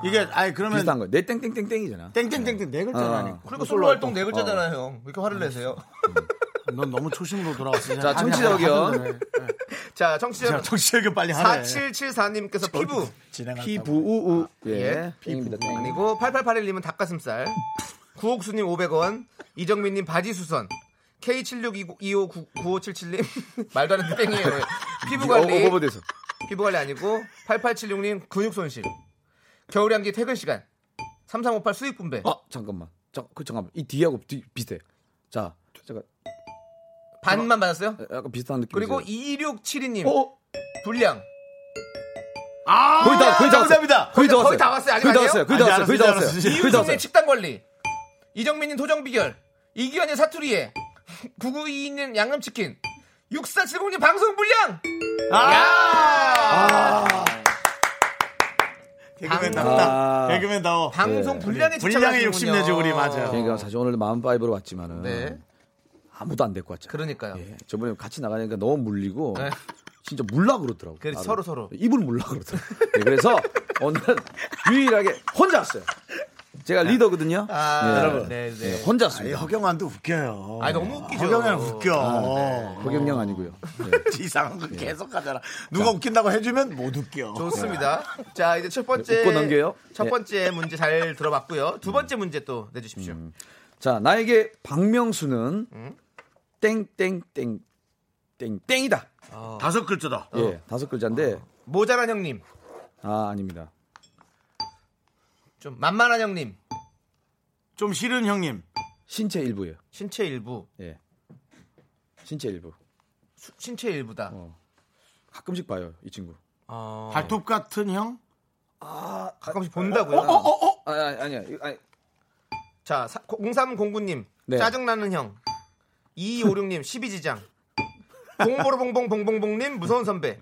A: 이게 아니 그러면
G: 비슷한 거예요. 내 땡땡땡땡이잖아.
A: 땡땡땡땡 네 글자라니까.
B: 그리고 솔로 활동 네 글자잖아요, 형. 왜 이렇게 화를 내세요?
A: 넌 너무 초심으로 돌아왔어.
G: 자, 청취자 의견.
B: 자, 청취자
A: 자, 청취자 의견 빨리 하래.
B: 4774님께서 피부.
A: 진행할
G: 피부 우우.
B: 예.
G: 예. 땡입니다. 땡.
B: 아니고 8881님은 닭가슴살. 구옥수님 500원. 이정민님 바지 수선. K76259577님 말도 안 되는 땡이에요. 피부
G: 어,
B: 관리.
G: 오버돼서.
B: 피부 관리 아니고 8876님 근육 손실. 겨울 향기 퇴근 시간. 3358 수익 분배.
G: 아, 잠깐만. 자, 그 잠깐만. 이 뒤하고 뒤 비슷해. 자, 제가
B: 반만 받았어요?
A: 아,
G: 약간 비슷한 느낌.
B: 그리고 2672님
A: 어?
B: 불량.
G: 거의 다 거의 다 왔어요.
A: 아, 감사합니다.
G: 거의 다 왔어요.
B: 거의 다 왔어요. 아직
G: 거의 다
B: 아니에요?
G: 왔어요. 거의 다
A: 아니,
G: 왔어요. 거의 다
A: 알았어요,
G: 왔어요.
A: 알았어요.
G: 거의 다 왔어요.
B: 이웃님 식단 관리. 이정민님 도정 비결. 이기현님 사투리에. 9922님 양념치킨. 6470님 방송 불량.
A: 아,
B: 야!
A: 개그맨
B: 방-
A: 답다.
G: 아.
A: 개그맨 다워.
B: 방송
A: 분량에
B: 불량에 집착하시는군요.
A: 욕심내죠 우리 맞아.
G: 그러니까 사실 오늘 마음 파이브로 왔지만은
B: 네.
G: 아무도 안 데리고 왔잖아요.
B: 그러니까요.
G: 예, 저번에 같이 나가니까 너무 물리고
B: 네.
G: 진짜 물라 그러더라고.
B: 그래서
G: 나를.
B: 서로 서로.
G: 입을 물라 그러더라고. 네, 그래서 오늘 유일하게 혼자 왔어요. 제가 리더거든요.
B: 아,
G: 예,
B: 여러분. 네, 네.
G: 예, 혼자
A: 아니,
G: 왔습니다.
A: 허경환도 웃겨요.
B: 아니, 너무 웃기죠.
A: 허경환 웃겨.
B: 어.
A: 네.
G: 허경영 네, 아니고요. 네.
A: 이상한 거 계속 하잖아. 누가 웃긴다고 해주면 못 웃겨.
B: 좋습니다. 자, 이제 첫 번째.
G: 어, 네. 웃고 넘겨요.
B: 첫
G: 예.
B: 번째 문제 잘 들어봤고요. 두 번째 문제 또 내주십시오.
G: 음. 자, 나에게 박명수는
B: 음?
G: 땡땡땡 땡 땡이다.
B: 어.
A: 다섯 글자다.
G: 예, 다섯 글자인데
B: 모자란 형님.
G: 아 아닙니다.
B: 좀 만만한 형님.
A: 좀 싫은 형님.
G: 신체 일부예요.
B: 신체 일부.
G: 예, 신체 일부.
B: 수- 신체 일부다.
G: 어. 가끔씩 봐요 이 친구.
B: 어.
A: 발톱 어, 같은 형?
G: 아,
B: 가끔씩 본다고요.
G: 아, 아니, 아니야. 이거, 아니,
B: 자, 0309님.
G: 네.
B: 짜증나는 형. 2256님, 12지장. 봉보로봉봉봉봉봉님, 무서운 선배.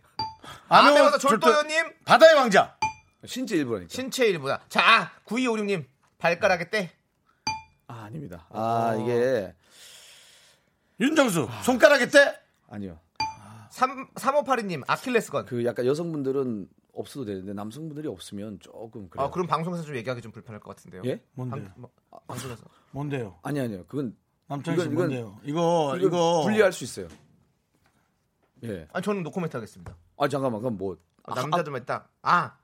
A: 아메
B: 아메와서
A: 졸도-
B: 졸도요님,
A: 바다의 왕자.
G: 신체 일부라니까.
B: 신체 일부다. 자, 9256님, 발가락에 때.
G: 아, 아닙니다. 아, 이게
A: 윤정수. 손가락에 때?
G: 아니요.
B: 3, 3582님, 아킬레스건.
G: 그 약간 여성분들은 없어도 되는데 남성분들이 없으면 조금 그래요.
B: 아, 그럼 방송에서 좀 얘기하기 좀 불편할 것 같은데요.
G: 예?
A: 뭔데요?
B: 뭐, 방송에서.
A: 뭔데요?
G: 아니 아니요. 그건
A: 남창희 씨
G: 이건- 이건-
A: 뭔데요? 아, 이거
G: 이거
A: 이거
G: 분리할 수 있어요. 예.
B: 아니, 저는 노코멘트 하겠습니다.
G: 아, 잠깐만. 그럼 뭐
B: 아, 남자들만 딱, 아.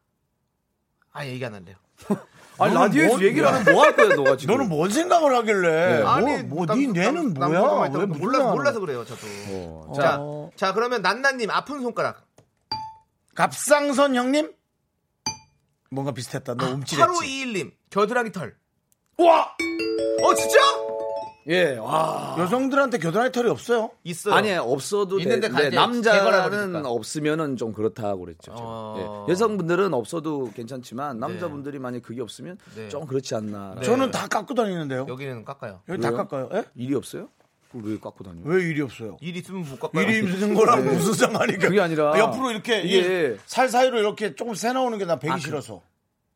B: 아, 얘기 안 할래요.
G: 아, 아니, 라디오에서
A: 뭔-
G: 얘기를 하면 뭐 할 거야, 너가 지금.
A: 너는 뭔 생각을 하길래?
G: 네.
B: 아니,
A: 뭐, 뭐,
B: 남-
A: 네
B: 남-
A: 뇌는
B: 남-
A: 뭐야?
B: 남자들만
A: 왜
B: 있다고
A: 무슨
B: 몰라서,
A: 말을-
B: 몰라서 그래요, 저도.
G: 어,
B: 자,
G: 자,
B: 자, 그러면 난나님, 아픈 손가락.
A: 갑상선 형님? 뭔가 비슷했다.
B: 아,
A: 너 움찔했지.
B: 8521님 겨드랑이 털. 와! 어 진짜?
G: 예, 와.
A: 여성들한테 겨드랑이 털이 없어요?
B: 있어요.
G: 아니 없어도
B: 있는데
G: 있는데
B: 가-
G: 네,
B: 이제
G: 남자는
B: 재벌해버리니까.
G: 없으면은 좀 그렇다고 그랬죠. 제가.
B: 어.
G: 예, 여성분들은 없어도 괜찮지만 남자분들이 만약 그게 없으면
B: 네.
G: 좀 그렇지 않나.
A: 저는 다 깎고 다니는데요.
B: 여기는 깎아요.
A: 여기 다
G: 왜요?
A: 깎아요. 예?
G: 일이 없어요? 그걸 왜 깎고 다녀요?
A: 왜 일이 없어요?
B: 일 있으면 못 깎아요.
A: 일이 있는 거랑
G: 네.
A: 무슨 상관이니까.
G: 그게 아니라
A: 그러니까 옆으로 이렇게 이게
G: 이게-
A: 살 사이로 이렇게 조금 새 나오는 게 나 배기
G: 아, 그-
A: 싫어서.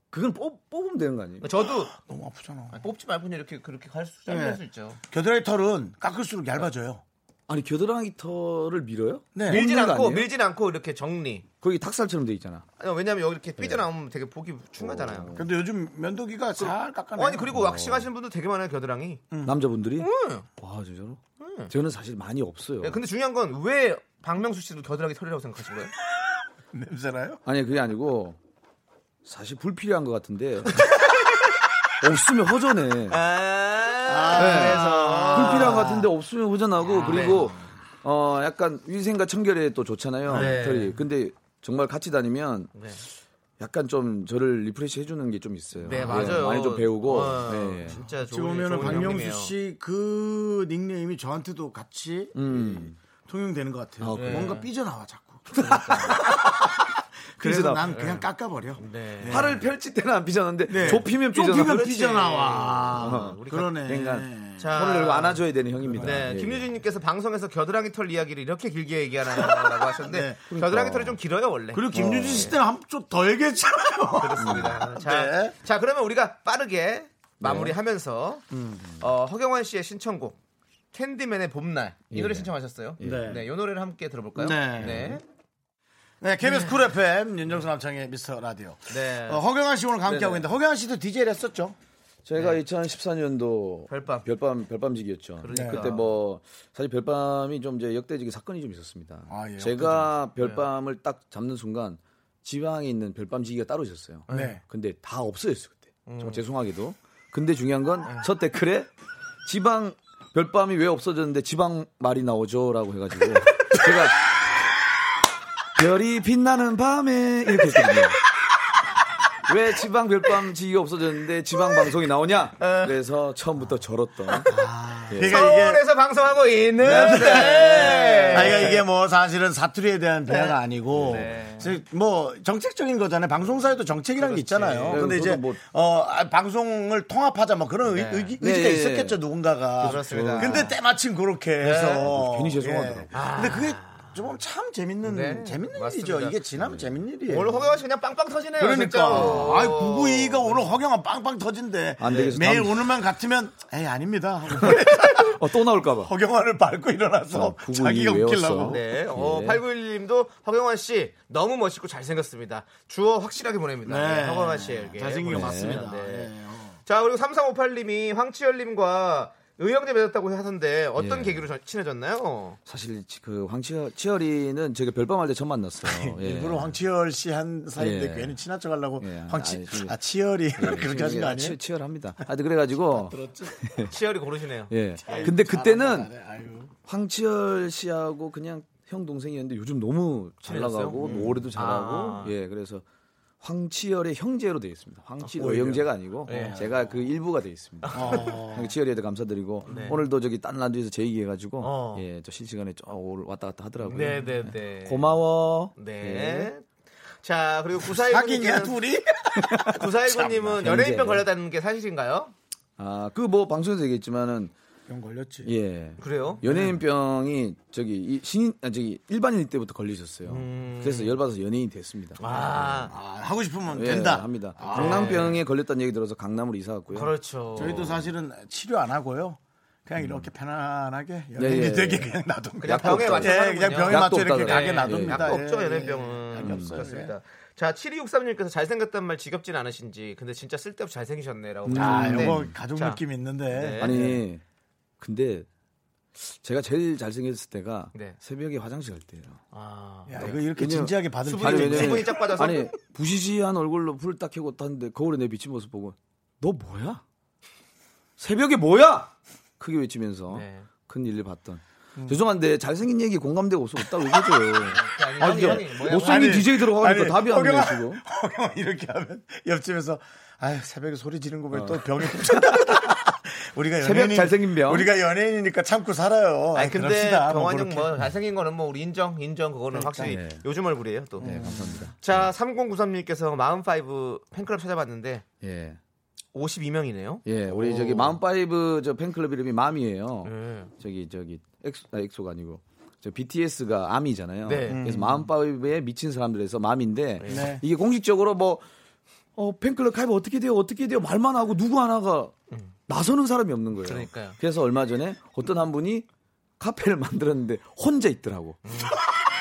G: 그건 뽑, 뽑으면 되는 거 아니에요?
B: 저도
A: 너무 아프잖아.
B: 뽑지 말고 그냥 이렇게 그렇게 할 수,
A: 네.
B: 잘릴 수 있죠.
A: 겨드랑이 털은 깎을수록 얇아져요.
G: 아니 겨드랑이 털을 밀어요?
A: 네.
B: 밀진
G: 뽑는 거
B: 않고
G: 아니에요?
B: 밀진 않고 이렇게 정리.
G: 거기 탁살처럼 돼 있잖아. 어.
B: 아니, 왜냐면 여기 이렇게
G: 네.
B: 삐져나오면 되게 보기 흉하잖아요. 그, 어,
A: 근데 요즘 면도기가 잘 깎아내.
B: 아니 그리고 왁싱 하시는 분들 되게 많아요 겨드랑이.
G: 네. 남자분들이
B: 음.
G: 와 진짜로? 저는 사실 많이 없어요.
B: 예, 근데 중요한 건 왜 박명수 씨도 겨드랑이 털이라고 생각하신 거예요?
A: 냄새나요?
G: 아니 그게 아니고 사실 불필요한 것 같은데 없으면 허전해.
B: 아,
G: 네.
B: 그래서
G: 불필요한 것 같은데 없으면 허전하고 그리고 어 약간 위생과 청결에 또 좋잖아요
B: 네.
G: 털이. 근데 정말 같이 다니면 약간 좀 저를 리프레시 해주는 게 좀 있어요.
B: 네, 맞아요.
G: 많이 좀 배우고.
B: 어,
G: 네.
B: 진짜 좋은
A: 지금 그 보면은
B: 좋은
A: 박명수
B: 형님이에요.
A: 씨 그 닉네임이 저한테도 같이
G: 음.
A: 통용되는 것 같아요.
G: 아, 그래요?
A: 뭔가 삐져나와 자꾸. 그래서
G: 삐져나와.
A: 난 그냥 깎아버려.
B: 네.
G: 팔을 펼칠 때는 안 삐졌는데
A: 네.
G: 좁히면 삐져나와.
A: 좁히면 삐져나와.
G: 어,
A: 그러네.
G: 그러니까
B: 자,
G: 손을 열고 안아줘야 되는 형입니다.
B: 네,
G: 예, 예.
B: 김유진님께서 방송에서 겨드랑이 털 이야기를 이렇게 길게 얘기하나라고 하셨는데
A: 네,
G: 그러니까.
B: 겨드랑이 털이 좀 길어요 원래.
A: 그리고 김유진 씨 때는 한쪽더 얘기했잖아요.
B: 그렇습니다. 자,
A: 네.
B: 자 그러면 우리가 빠르게 마무리하면서
A: 음.
B: 어, 허경환 씨의 신청곡 캔디맨의 봄날 이 노래 신청하셨어요.
A: 네.
B: 네. 이 노래를 함께 들어볼까요?
A: 네. 네, KBS 쿨 FM 윤정수 남창의 미스터 라디오.
B: 네.
A: 어, 허경환 씨 오늘 함께하고
G: 네네.
A: 있는데 허경환 씨도 DJ를 했었죠.
G: 제가 2014년도
B: 별밤.
G: 별밤 별밤직이었죠.
B: 그러니까.
G: 그때 뭐 사실 별밤이 좀 이제 역대적인 사건이 좀 있었습니다.
A: 아, 예,
G: 제가 별밤을 딱 잡는 순간 지방에 있는 별밤지기가 따로 있었어요.
A: 네.
G: 근데 다 없어졌어요 그때.
A: 음.
G: 정말 죄송하게도. 근데 중요한 건
A: 아.
G: 첫 댓글에 지방 별밤이 왜 없어졌는데 지방 말이 나오죠라고 해가지고 제가 별이 빛나는 밤에 이렇게 했거든요. 왜 지방 별밤 지기가 없어졌는데 지방 방송이 나오냐? 그래서 처음부터 절었던. 예.
B: 서울에서 방송하고 있는데
A: 그러니까 네. 아, 이게, 이게 뭐 사실은 사투리에 대한 배화가 아니고
B: 네.
A: 사실 뭐 정책적인 거잖아요. 방송사에도 정책이라는 게 있잖아요.
G: 네,
A: 근데
G: 저도
A: 이제
G: 뭐-
A: 어, 아, 방송을 통합하자 뭐 그런 의, 의,
G: 네,
A: 지가
G: 예, 예.
A: 있었겠죠 누군가가.
B: 그렇습니다. 네.
A: 근데 때마침 그렇게 해서
G: 괜히 죄송하더라고요.
A: 예. 근데 그게 좀 참 재밌는
B: 네,
A: 재밌는
B: 맞습니다. 네.
A: 일이죠. 이게 지나면 재밌는 일이에요.
B: 오늘 허경환 씨 그냥 빵빵 터지네요.
A: 그러니까
B: 진짜로.
A: 아이 992가 오늘 허경아 빵빵 터진대.
G: 안 되겠어.
A: 매일
G: 다음-
A: 오늘만 같으면 에이 아닙니다. 하고
G: 어, 또 나올까봐.
A: 허경아를 밟고 일어나서
G: 아, 992
A: 자기가 웃기려고.
G: 외웠어.
B: 네. 어,
G: 예.
B: 8911님도 허경환 씨 너무 멋있고 잘생겼습니다. 주어 확실하게 보냅니다.
A: 네.
B: 네, 허경환 씨에게.
A: 잘생긴 게
B: 보내주세요.
A: 맞습니다.
B: 네.
A: 네, 어.
B: 자, 그리고 3358님이 황치열님과 의형제 맺었다고 하던데 어떤
G: 예.
B: 계기로 저- 친해졌나요?
G: 사실 그 황치열이는 제가 별밤할 때 처음 만났어요. 예.
A: 일부러 황치열 씨 한 사이인데
G: 예.
A: 괜히 친한 척 하려고
G: 예,
A: 황치
G: 아니, 지금-
A: 아 치열이 그렇게 하신 거 아니에요?
G: 예.
A: 아,
G: 치- 치열합니다. 하여튼 그래가지고
B: 치열이 고르시네요.
G: 예. 근데 그때는
A: 네, 아유.
G: 황치열 씨하고 그냥 형 동생이었는데 요즘 너무 잘
B: 친해졌어요? 음.
G: 나가고 노래도 잘하고
B: 아.
G: 예 그래서 황치열의 형제로 돼 있습니다. 황치열
A: 오히려.
G: 형제가 아니고
B: 네. 어.
G: 제가 그 일부가 돼 있습니다.
A: 어.
G: 황치열이한테 감사드리고 오늘도 저기 딴 라디오에서 제의해가지고
B: 네. 어.
G: 예 저 실시간에 쭉 왔다 갔다 하더라고요.
B: 네, 네, 네.
G: 고마워. 예.
B: 네. 자, 그리고
A: 사귀냐
B: 9419님은
A: 둘이?
B: 구사일구님은 연예인병
G: 현재.
B: 걸렸다는 게 사실인가요?
G: 아그 뭐 방송에서 얘기했지만은
A: 병 걸렸지.
G: 예
B: 그래요?
G: 연예인병이 저기 이 신인 아 저기 일반인 때부터 걸리셨어요.
B: 음.
G: 그래서 열받아서 연예인 됐습니다.
B: 아,
A: 아, 하고 싶으면
G: 예,
A: 된다.
G: 합니다. 강남병에 걸렸다는 얘기 들어서 강남으로 이사 왔고요.
B: 그렇죠.
G: 예.
A: 저희도 사실은 치료 안 하고요. 그냥
B: 음.
A: 이렇게 편안하게
G: 예,
A: 연예인이
G: 예.
A: 되게 그냥 놔둡니다.
B: 그냥 병에 맞춰
A: 예,
B: 사는군요.
A: 그냥 병에
G: 약도
A: 맞춰 이렇게
G: 없다더라.
A: 가게
G: 예,
A: 놔둡니다.
B: 약도
A: 예,
B: 없죠,
A: 예.
B: 연예병은.
A: 약이 없어요.
B: 그렇습니다. 자, 7263님께서 잘생겼단 말 지겹진 않으신지, 근데 진짜 쓸데없이 음, 잘생기셨네라고.
A: 아,
B: 하셨는데,
A: 요거 가족
B: 자,
A: 느낌 이 있는데.
B: 네.
G: 아니 근데 제가 제일 잘생겼을 때가
B: 네.
G: 새벽에 화장실 갈 때예요.
B: 아,
A: 야, 이거 아, 이렇게
G: 왜냐면
A: 진지하게 받을
B: 수분이
A: 필요
B: 좀-
A: 있네.
B: 수분이 쫙 빠져서?
G: 아니 부시시한 얼굴로 불을 딱 켜고 탔는데 거울에 내 비친 모습 보고 너 뭐야? 새벽에 뭐야? 크게 외치면서
B: 네.
G: 큰 일을 봤던 죄송한데 잘생긴 얘기 공감대가 없어 없다고 이거죠. 아,
A: 아니,
G: 진짜
A: 아니, 뭐야,
G: 못생긴
A: 아니,
G: DJ 들어가니까
A: 아니,
G: 답이 안
A: 허경아,
G: 나요 지금.
A: 허경아 이렇게 하면 옆집에서 아유 새벽에 소리 지른 거 보면
G: 어.
A: 또 병이 붙였다. 우리가
G: 새벽
A: 연예인
G: 잘생긴 병.
A: 우리가 연예인이니까 참고 살아요.
G: 어,
B: 아니,
A: 아니,
B: 근데
A: 그럽시다. 뭐
B: 병원이
A: 그렇게.
B: 뭐 잘생긴 거는 뭐 우리 인정 인정 그거는
A: 그러니까.
B: 확실히
A: 네.
B: 요즘 얼굴이에요 또.
G: 네, 감사합니다.
B: 자 3093님께서 마흔파이브 팬클럽 찾아봤는데
G: 예.
B: 52명이네요.
G: 예, 우리
B: 오.
G: 저기 마음파이브 저 팬클럽 이름이 맘이에요.
B: 예.
G: 저기 저기 엑소 아, 엑소가 아니고 저 BTS가 암이잖아요.
B: 네.
G: 그래서
B: 음.
G: 마음파이브에 미친 사람들에서 맘인데
B: 네.
G: 이게 공식적으로 뭐 어, 팬클럽 가입 어떻게 돼요? 어떻게 돼요? 말만 하고 누구 하나가 나서는 사람이 없는 거예요.
B: 음. 그러니까요.
G: 그래서 얼마 전에 어떤 한 분이 카페를 만들었는데 혼자 있더라고.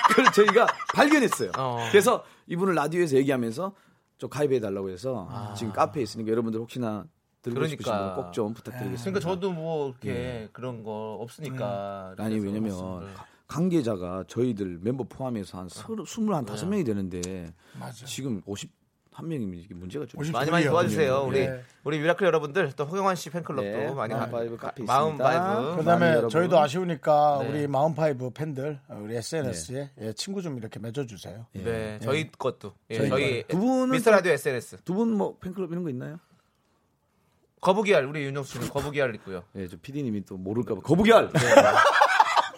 G: 그걸 저희가 발견했어요.
B: 음. 어.
G: 그래서 이분을 라디오에서 얘기하면서 좀 가입해 달라고 해서 지금 카페에 있으니까 여러분들 혹시나 들고 싶으신
B: 아. 그러니까.
G: 분꼭 좀 부탁드리겠습니다.
B: 그러니까 저도 뭐 이렇게 그런 거 없으니까. 이렇게
G: 네. 음. 아니
B: 해서
G: 왜냐면
B: 왔습니다. 네. 아,
G: 가- 관계자가 저희들 멤버 포함해서 한 서른 스물 한 다섯 명이
B: 네.
G: 되는데
A: 맞아.
G: 지금 51명이면 이게 문제가 좀
B: 많이 많이 도와주세요. 우리
G: 예.
B: 우리 미라클 여러분들 또 허경환 씨 팬클럽도
G: 네,
B: 많이
G: 마음바이브 카페 있습니다.
B: 마음 바이브.
G: 많이
A: 그다음에
G: 여러분.
A: 저희도 아쉬우니까
B: 네.
A: 우리 마운파이브 팬들 어, 우리 SNS에 예, 친구 좀 이렇게 맺어주세요.
B: 네, 저희 것도 예,
A: 저희
B: 저희
G: 두 분은
B: 미스터
G: 또-
B: 라디오 SNS
G: 두 분 뭐 팬클럽 이런 거 있나요?
B: 거북이알 우리 윤정수 씨는 거북이알 있고요.
G: 예, 저 PD님이 또
B: 네.
G: 모를까봐 거북이알.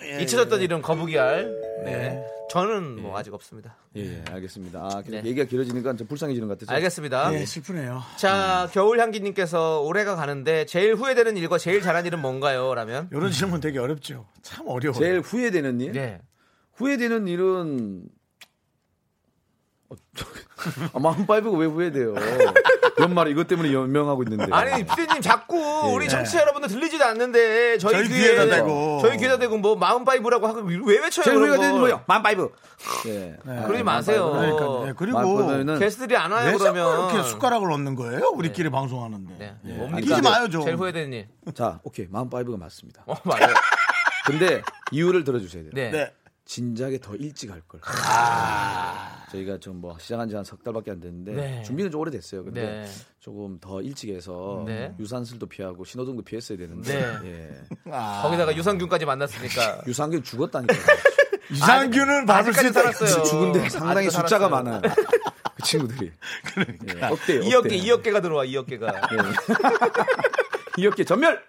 A: 예,
B: 잊혀졌던 이름 거북이알. 네. 저는 뭐 아직 없습니다.
G: 예, 예, 알겠습니다. 아, 계속
B: 네.
G: 얘기가 길어지니까 좀 불쌍해지는 것 같아서.
B: 알겠습니다.
A: 예, 슬프네요. 음.
B: 자, 겨울향기님께서 올해가 가는데 제일 후회되는 일과 제일 잘한 일은 뭔가요? 라면.
A: 이런 질문 되게 어렵죠. 참 어려워요.
G: 제일 후회되는
A: 예?
G: 일?
B: 네.
G: 후회되는 일은 어, 아, 마음파이브가 왜 후회돼요? 연말 이것 때문에 연명하고
A: 예.
G: 있는데.
B: 아니 피디님 자꾸 우리 청취자 여러분들 들리지도 않는데 저희,
A: 저희
B: 귀에
A: 귀에다 대고.
B: 저희 귀에다 대고 뭐 마음바이브라고 하고 왜 외쳐요? 그런
G: 제일 후회가
B: 걸.
G: 되는 뭐야? 마음파이브. 예.
B: 그러지 마세요.
A: 그러니까 네, 그리고
G: 마음파이브는
B: 네. 게스트들이 안 와요
A: 네. 왜 자꾸
B: 그러면.
A: 이렇게 숟가락을 얹는 거예요? 우리끼리 방송하는데.
B: 네.
A: 예.
B: 뭡니까?
A: 끼지 마요 좀.
B: 제일 후회되는 일.
G: 자, 오케이. 마음파이브가 맞습니다.
B: 어, 맞아요.
G: 근데 이유를 들어주셔야 돼요.
B: 네.
A: 네.
G: 진작에 더 일찍 할 걸. 저희가 좀 뭐 시작한 지 한 석 달밖에 안 됐는데
B: 아. 네.
G: 준비는 좀 오래됐어요. 근데
B: 네.
G: 조금 더 일찍 해서
B: 네.
G: 유산슬도 피하고 신호등도 피했어야 되는데 예.
A: 아.
B: 거기다가 유산균까지 만났으니까.
G: 유산균 죽었다니까.
A: 이상균은 밟을 수
B: 아직까지
A: 있다.
B: 살았어요.
G: 죽은데 상당히
B: 아직도
G: 숫자가
B: 살았어요.
G: 많아요. 그 친구들이. 그러니까. 어때요? 네.
B: 이 어깨 이 어깨가 들어와 이 어깨가.
G: 이 어깨 전멸.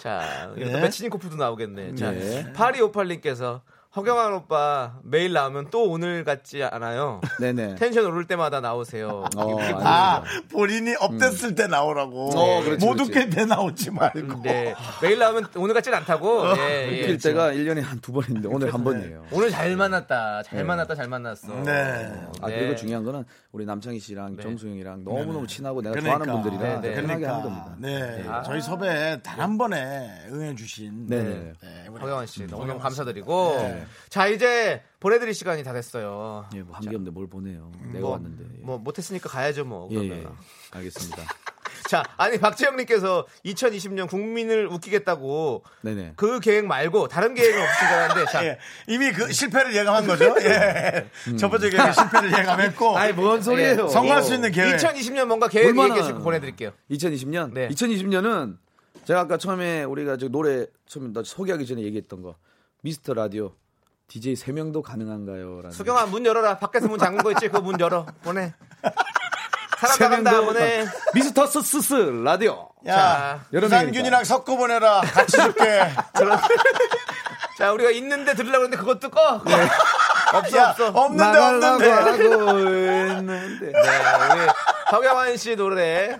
B: 자, 이거
A: 네.
B: 또 배치진 코프도 나오겠네. 자,
G: 네.
B: 파리오팔님께서 허경환 오빠 매일 나오면 또 오늘 같지 않아요.
G: 네네.
B: 텐션 오를 때마다 나오세요.
G: 어,
B: 이게
G: 아니,
A: 아, 본인이 업됐을 때 나오라고.
G: 음. 어, 그렇지,
A: 못
G: 그렇지.
A: 웃길 때 나오지 말고.
B: 네, 매일 나오면 오늘 같진 않다고. 예, 예.
G: 어, 웃길 때가 1년에 한 두 번인데 오늘 한 번이에요.
B: 오늘 잘 만났다. 잘 만났다. 잘 만났어.
A: 네.
G: 아
B: 네.
G: 그리고 중요한 거는 우리 남창희 씨랑 정수영이랑 너무너무 친하고 내가 좋아하는 분들이라
B: 네, 네.
G: 편하게
A: 그러니까.
G: 하는 겁니다. 아.
A: 네. 저희 섭외 단 한 번에 응해주신.
G: 네, 네, 네.
A: 네, 우리
B: 허경환 씨 너무너무 감사드리고 자 이제 보내드릴 시간이 다 됐어요.
G: 예, 뭐 한계 없는데 뭘 보내요. 내가
B: 네, 뭐,
G: 왔는데. 예.
B: 뭐 못했으니까 가야죠 뭐.
G: 예,
B: 그러면.
G: 예. 알겠습니다.
B: 자 아니 박재영님께서 2020년 국민을 웃기겠다고
G: 네네.
B: 그 계획 말고 다른 계획은 없으신 줄 알았는데 자
A: 예. 이미 그 실패를 예감한 거죠?
G: 네.
A: 예.
G: 음.
A: 첫 번째 계획 실패를 예감했고.
G: 뭐,
B: 아니 뭔 소리예요?
A: 성공할 수 있는 계획.
B: 2020년 뭔가 계획
G: 얼마나-
B: 얘기해 주시고 보내드릴게요.
G: 2020년.
B: 네.
G: 2020년은 제가 아까 처음에 우리가 저 노래 처음에 나 소개하기 전에 얘기했던 거 미스터 라디오 DJ 세 명도 가능한가요라는.
B: 수경아 문 열어라. 밖에서 문 잠근 거 있지? 그 문 열어. 보내. 사람
G: 세
B: 나간다
G: 명도
B: 보내.
G: 가- 미스터 스스스 라디오.
A: 야,
B: 자,
A: 유산균이랑 섞어 보내라. 같이 줄게.
B: 자 우리가 있는데 들으려고 했는데 그것도 꺼. 없어
A: 야,
B: 없어.
A: 없는데 없는데.
G: 나가려고 했는데.
B: 네, 우리 허경환 씨 노래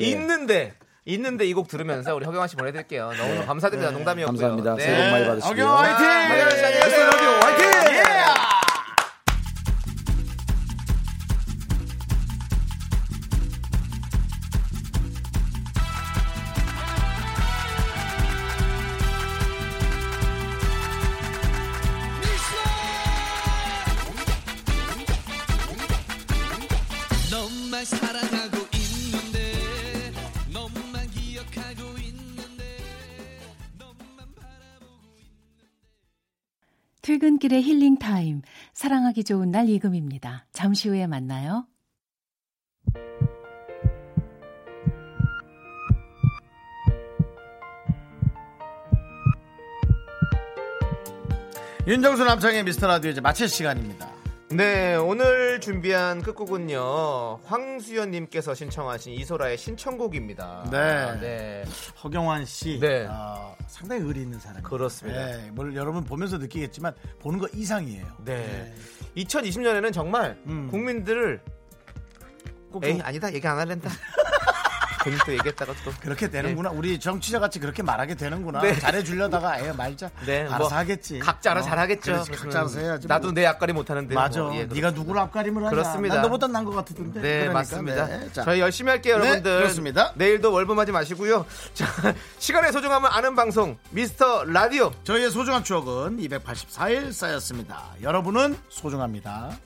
G: 예.
B: 있는데 있는데 이 곡 들으면서 우리 허경환 씨 보내드릴게요. 너무 너무 감사드립니다. 농담이었고요.
G: 예. 감사합니다.
B: 네.
G: 새해 복 많이 받으시고요. 네.
A: 어경 화이팅!
B: 허경환 씨 안녕히 계세요. 예.
G: 라디오 화이팅!
D: 넌만 사랑하고 있는데 넌만 기억하고 있는데 넌만 바라보고
J: 퇴근길의 힐링 타임. 사랑하기 좋은 날 이금입니다. 잠시 후에 만나요.
A: 윤정수 남창의 미스터 라디오 이제 마칠 시간입니다.
B: 네, 오늘 준비한 끝곡은요. 황수연님께서 신청하신 이소라의 신청곡입니다.
A: 네.
B: 네.
A: 허경환 씨
B: 네.
A: 어, 상당히 의리 있는 사람.
B: 그렇습니다.
A: 네, 뭘 여러분 보면서 느끼겠지만 보는 거 이상이에요.
B: 네. 2020년에는 정말 국민들을
A: 음. 꼭
B: 에이
A: 좀-
B: 아니다 얘기 안 할랜다. 괜히 또 얘기했다가 또
A: 그렇게 되는구나. 우리 정치자 같이 그렇게 말하게 되는구나.
B: 네.
A: 잘해주려다가 아예 말자.
B: 네,
A: 알아서
B: 뭐
A: 하겠지.
B: 각자 알아서
A: 어,
B: 잘하겠죠. 음.
A: 그렇지, 각자 알아서 해야지.
B: 나도
A: 뭐.
B: 내 앞가림 못하는데.
A: 맞아.
B: 뭐, 예,
A: 네가 누구를 앞가림을 하냐.
B: 그렇습니다.
A: 난 너보다 난것 같은데.
B: 네
A: 그러니까,
B: 맞습니다.
A: 네. 자.
B: 저희 열심히 할게요
A: 네,
B: 여러분들.
A: 그렇습니다.
B: 내일도 월범하지 마시고요. 자 시간의 소중함을 아는 방송 미스터 라디오.
A: 저희의 소중한 추억은 284일 쌓였습니다. 여러분은 소중합니다.